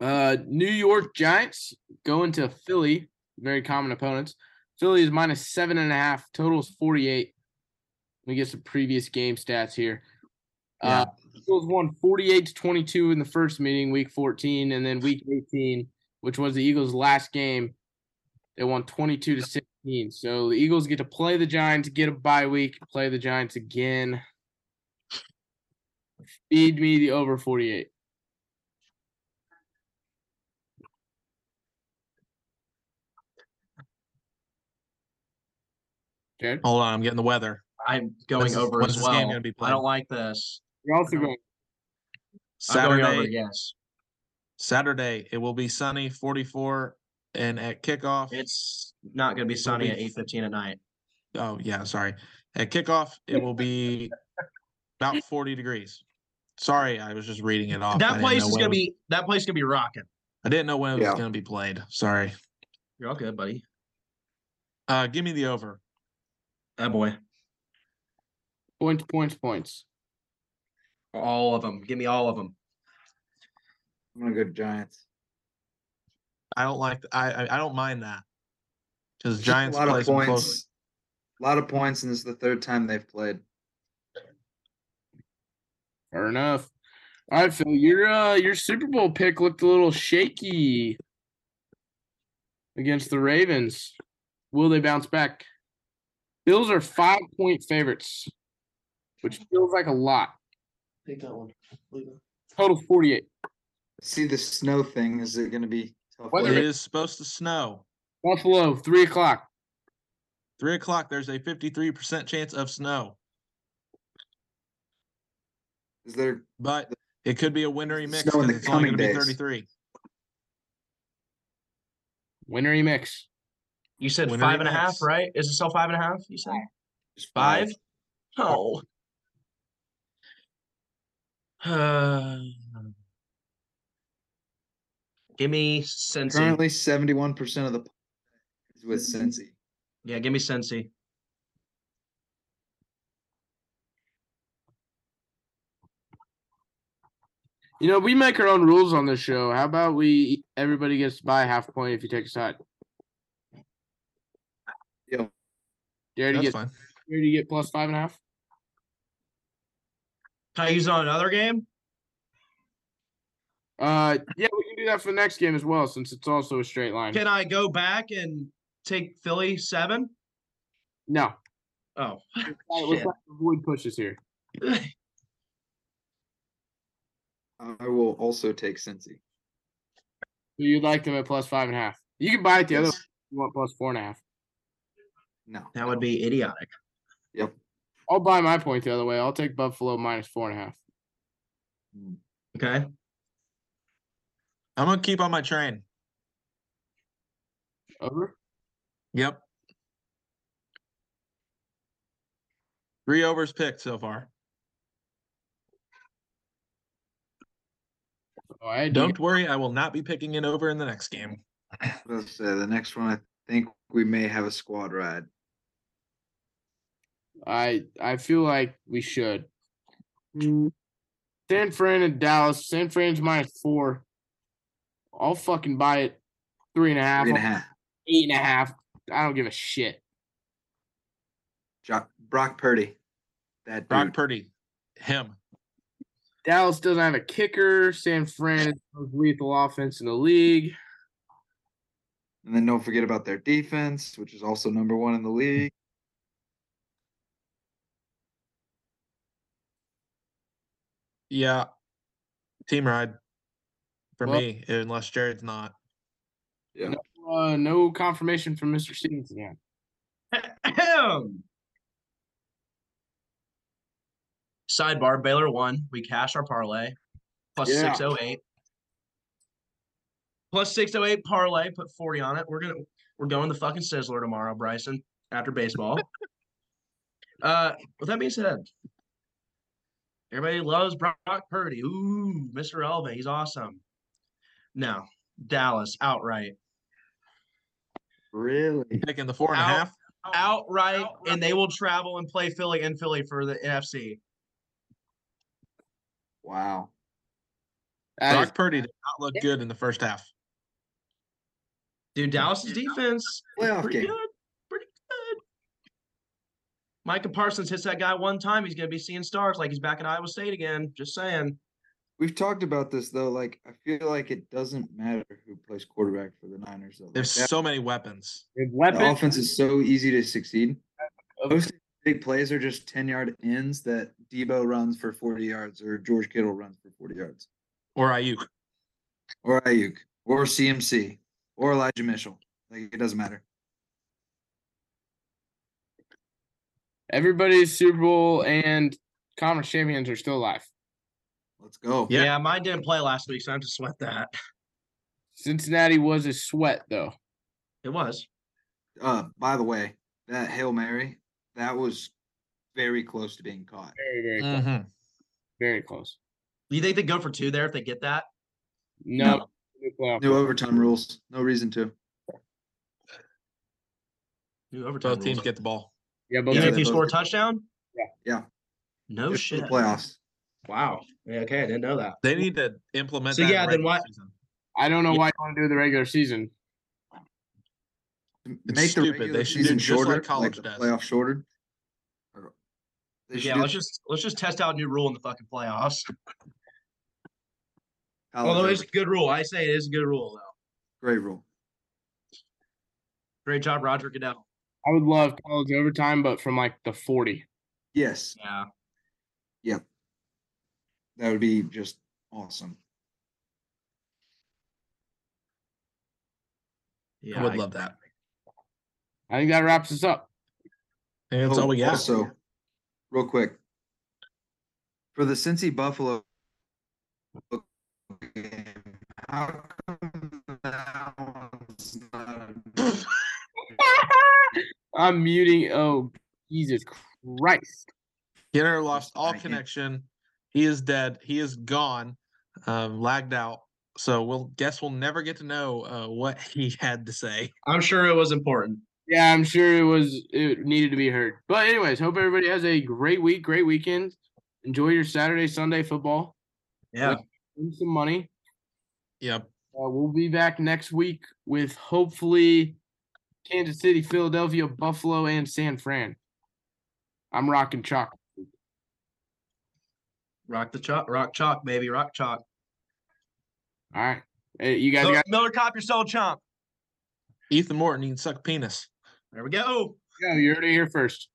[SPEAKER 2] Uh, New York Giants going to Philly, very common opponents. Philly is minus seven and a half, totals 48. Let me get some previous game stats here. Uh, Eagles won 48 to 22 in the first meeting, week 14, and then week 18, which was the Eagles' last game. They won 22 to 16. So the Eagles get to play the Giants, get a bye week, play the Giants again. Feed me the over 48. Jared,
[SPEAKER 5] Hold on, I'm getting the weather.
[SPEAKER 4] I'm going
[SPEAKER 5] When's this-
[SPEAKER 4] over
[SPEAKER 5] when's
[SPEAKER 4] as
[SPEAKER 5] this game
[SPEAKER 4] well.
[SPEAKER 5] gonna be
[SPEAKER 4] I
[SPEAKER 5] played?
[SPEAKER 4] don't like this.
[SPEAKER 2] you're also
[SPEAKER 4] No.
[SPEAKER 2] going.
[SPEAKER 5] Saturday,
[SPEAKER 4] I'm going over, yes.
[SPEAKER 5] Saturday, it will be sunny, 44, and at kickoff,
[SPEAKER 4] It's not going to be sunny at
[SPEAKER 5] be-
[SPEAKER 4] 8.15 at night.
[SPEAKER 5] oh yeah, sorry, at kickoff it will be <laughs> about 40 degrees. Sorry, I was just reading it off. I
[SPEAKER 4] that
[SPEAKER 5] didn't
[SPEAKER 4] place
[SPEAKER 5] know
[SPEAKER 4] is
[SPEAKER 5] when
[SPEAKER 4] going
[SPEAKER 5] it
[SPEAKER 4] to
[SPEAKER 5] was-
[SPEAKER 4] be that place going to be rocking.
[SPEAKER 5] I didn't know when it
[SPEAKER 3] Yeah.
[SPEAKER 5] was going to be played. Sorry.
[SPEAKER 4] You're all good, buddy.
[SPEAKER 5] Uh, give me the over.
[SPEAKER 4] Oh boy,
[SPEAKER 2] Points, points, points.
[SPEAKER 4] all of them. Give me all of them.
[SPEAKER 3] I'm gonna go Giants.
[SPEAKER 5] I don't like. I I, I don't mind that because
[SPEAKER 3] Just
[SPEAKER 5] Giants
[SPEAKER 3] a lot
[SPEAKER 5] play
[SPEAKER 3] of
[SPEAKER 5] some close.
[SPEAKER 3] points. A lot of points, and this is the third time they've played.
[SPEAKER 2] Fair enough. All right, Phil, your uh, your Super Bowl pick looked a little shaky against the Ravens. Will they bounce back? Bills are five point favorites, which feels like a lot.
[SPEAKER 4] Take that one.
[SPEAKER 2] Total forty eight.
[SPEAKER 3] See the snow thing. Is it gonna be tough?
[SPEAKER 2] Weather-
[SPEAKER 5] It
[SPEAKER 3] weather?
[SPEAKER 5] is supposed to snow.
[SPEAKER 2] Buffalo three o'clock.
[SPEAKER 5] Three o'clock. There's a 53 percent chance of snow,
[SPEAKER 3] Is there
[SPEAKER 5] but it could be a wintry mix
[SPEAKER 3] Snow in
[SPEAKER 5] because
[SPEAKER 3] the
[SPEAKER 5] it's only
[SPEAKER 3] coming
[SPEAKER 5] going to be
[SPEAKER 3] days.
[SPEAKER 5] 33.
[SPEAKER 2] Wintry mix.
[SPEAKER 4] You said
[SPEAKER 5] Winner
[SPEAKER 4] five and a half,
[SPEAKER 5] rematch.
[SPEAKER 4] right? Is it still five and a half? You said
[SPEAKER 3] just
[SPEAKER 4] five? Oh. Uh, <sighs> give me Cincy.
[SPEAKER 3] Currently, seventy-one percent of the po- is with Cincy.
[SPEAKER 4] yeah, give me Cincy.
[SPEAKER 2] You know, we make our own rules on this show. How about we everybody gets to buy half point if you take a side?
[SPEAKER 3] Yo,
[SPEAKER 2] Jared, you
[SPEAKER 5] That's
[SPEAKER 2] get
[SPEAKER 5] fine.
[SPEAKER 2] Jared, you get plus five and a half.
[SPEAKER 4] Can I use it on another game?
[SPEAKER 2] Uh, yeah, we can do that for the next game as well, since it's also a straight line.
[SPEAKER 4] Can I go back and take Philly seven?
[SPEAKER 2] No,
[SPEAKER 4] Oh, <laughs>
[SPEAKER 2] All right, let's
[SPEAKER 4] Shit.
[SPEAKER 2] not avoid pushes here.
[SPEAKER 3] I will also take Cincy.
[SPEAKER 2] So you'd like them at plus five and a half. You can buy it the other.
[SPEAKER 3] Yes.
[SPEAKER 2] One. You want plus four and a half.
[SPEAKER 3] No.
[SPEAKER 4] that would be idiotic.
[SPEAKER 3] Yep.
[SPEAKER 2] I'll buy my point the other way. I'll take Buffalo minus four and a half.
[SPEAKER 4] Okay.
[SPEAKER 5] I'm gonna keep on my train.
[SPEAKER 2] Over.
[SPEAKER 5] Yep. Three overs picked so far.
[SPEAKER 2] Oh, I had to
[SPEAKER 5] Don't worry, I will not be picking an over in the next game.
[SPEAKER 3] Let's say uh, the next one. I think we may have a squad ride.
[SPEAKER 2] get- I I feel like we should. San Fran and Dallas. San Fran's minus four. I'll fucking buy it. Three and a half.
[SPEAKER 3] Three and a half.
[SPEAKER 2] Eight and a half. I don't give a shit.
[SPEAKER 3] Jo- Brock Purdy. That
[SPEAKER 5] Brock
[SPEAKER 3] dude.
[SPEAKER 5] Purdy, him.
[SPEAKER 2] Dallas doesn't have a kicker. San Fran is the most lethal offense in the league.
[SPEAKER 3] and then don't forget about their defense, which is also number one in the league.
[SPEAKER 5] Yeah. Team ride for
[SPEAKER 2] Well-
[SPEAKER 5] me, unless Jared's not.
[SPEAKER 2] Uh, no confirmation from Mr. Stevens again.
[SPEAKER 4] Ahem. <clears throat> Sidebar Baylor won. We cash our parlay. Plus
[SPEAKER 2] Yeah.
[SPEAKER 4] 608. Plus 608 parlay, put 40 on it. We're gonna we're going to fucking Sizzler tomorrow, Bryson, after baseball. uh with that being said, everybody loves Brock Purdy. Ooh, Mr. Elvin, he's awesome. No, Dallas outright.
[SPEAKER 3] Really?
[SPEAKER 5] Picking the four and a
[SPEAKER 4] Out.
[SPEAKER 5] half.
[SPEAKER 3] Oh,
[SPEAKER 4] outright, and they will travel and play Philly in Philly for the NFC.
[SPEAKER 3] Wow.
[SPEAKER 2] That is-
[SPEAKER 5] Brock Purdy did not look good in the first half.
[SPEAKER 4] Dude, Dallas's defense
[SPEAKER 3] Playoff
[SPEAKER 4] pretty
[SPEAKER 3] game.
[SPEAKER 4] good, pretty good. Micah Parsons hits that guy one time. He's gonna be seeing stars like he's back in Iowa State again. Just saying.
[SPEAKER 3] We've talked about this though. Like I feel like it doesn't matter who plays quarterback for the Niners though. Like,
[SPEAKER 5] There's
[SPEAKER 3] that-
[SPEAKER 5] so many weapons.
[SPEAKER 2] If
[SPEAKER 3] the
[SPEAKER 2] weapons
[SPEAKER 3] offense is so easy to succeed. Most big plays are just ten yard ends that Debo runs for forty yards or George Kittle runs for forty yards.
[SPEAKER 5] Or Ayuk.
[SPEAKER 3] Or Ayuk. Or CMC. Or Elijah Mitchell. Like it doesn't matter.
[SPEAKER 2] everybody's Super Bowl and conference champions are still alive.
[SPEAKER 3] Let's go.
[SPEAKER 5] Yeah.
[SPEAKER 4] Yeah. mine didn't play last week, so I have to sweat that.
[SPEAKER 2] Cincinnati was a sweat though.
[SPEAKER 4] It was.
[SPEAKER 3] Uh by the way, that Hail Mary, that was very close to being caught.
[SPEAKER 2] Very, very
[SPEAKER 4] Mm-hmm.
[SPEAKER 2] close.
[SPEAKER 5] Mhm.
[SPEAKER 2] Very close.
[SPEAKER 4] You think they go for two there if they get that?
[SPEAKER 2] No, new playoff.
[SPEAKER 3] New overtime rules. No reason to.
[SPEAKER 4] New overtime.
[SPEAKER 5] Both teams
[SPEAKER 4] rules.
[SPEAKER 5] get the ball.
[SPEAKER 2] Yeah, but
[SPEAKER 4] Even
[SPEAKER 3] Yeah,
[SPEAKER 4] if
[SPEAKER 3] they
[SPEAKER 4] you
[SPEAKER 3] both
[SPEAKER 4] score a
[SPEAKER 3] get-
[SPEAKER 4] touchdown?
[SPEAKER 2] Yeah.
[SPEAKER 3] Yeah.
[SPEAKER 4] No
[SPEAKER 3] Just for
[SPEAKER 4] shit.
[SPEAKER 3] The playoffs.
[SPEAKER 4] Wow. Yeah, okay, I didn't know that.
[SPEAKER 5] They need to implement
[SPEAKER 4] So
[SPEAKER 5] that. in
[SPEAKER 4] yeah, then
[SPEAKER 5] regular
[SPEAKER 4] why-
[SPEAKER 5] season.
[SPEAKER 2] I don't know
[SPEAKER 5] Yeah.
[SPEAKER 2] why you want to do it the regular season.
[SPEAKER 5] It's
[SPEAKER 3] Make the
[SPEAKER 5] stupid. They
[SPEAKER 3] regular
[SPEAKER 5] should do
[SPEAKER 3] season
[SPEAKER 5] just like
[SPEAKER 3] shorter,
[SPEAKER 5] college
[SPEAKER 3] the
[SPEAKER 5] does.
[SPEAKER 3] playoff shorter. Or- They should
[SPEAKER 4] Yeah,
[SPEAKER 3] do
[SPEAKER 4] let's just let's just test out a new rule in the fucking playoffs.
[SPEAKER 3] college
[SPEAKER 4] Although it's
[SPEAKER 3] over.
[SPEAKER 4] a good rule. I say it is a good rule though.
[SPEAKER 3] great rule.
[SPEAKER 4] Great job, Roger Goodell.
[SPEAKER 2] I would love college overtime, but from like the forty.
[SPEAKER 3] Yes,
[SPEAKER 4] Yeah.
[SPEAKER 3] that would be just awesome.
[SPEAKER 4] Yeah.
[SPEAKER 5] I would love that.
[SPEAKER 2] I think that wraps us up.
[SPEAKER 5] And that's
[SPEAKER 3] Oh,
[SPEAKER 5] all we got.
[SPEAKER 3] Also, real quick, for the Cincy Buffalo game, how come that one's not a-
[SPEAKER 2] I'm muting. Oh, Jesus Christ!
[SPEAKER 5] Skinner lost all
[SPEAKER 3] I can't-
[SPEAKER 5] connection. He is dead. He is gone. Um, lagged out. So we'll guess we'll never get to know uh, what he had to say.
[SPEAKER 4] I'm sure it was important.
[SPEAKER 2] Yeah, I'm sure it was. It needed to be heard. But anyways, hope everybody has a great week, great weekend. Enjoy your Saturday, Sunday football.
[SPEAKER 4] Yeah.
[SPEAKER 2] Earn some money.
[SPEAKER 5] Yep.
[SPEAKER 2] Uh, we'll be back next week with hopefully Kansas City, Philadelphia, Buffalo, and San Fran. I'm rocking chalk.
[SPEAKER 4] Rock the chalk, rock chalk, baby, rock chalk.
[SPEAKER 2] All right. Hey, you guys
[SPEAKER 4] Miller,
[SPEAKER 2] got
[SPEAKER 4] Miller, cop your soul, chomp.
[SPEAKER 5] Ethan Morton, you can suck penis.
[SPEAKER 4] There we go.
[SPEAKER 2] to go. You heard it here first.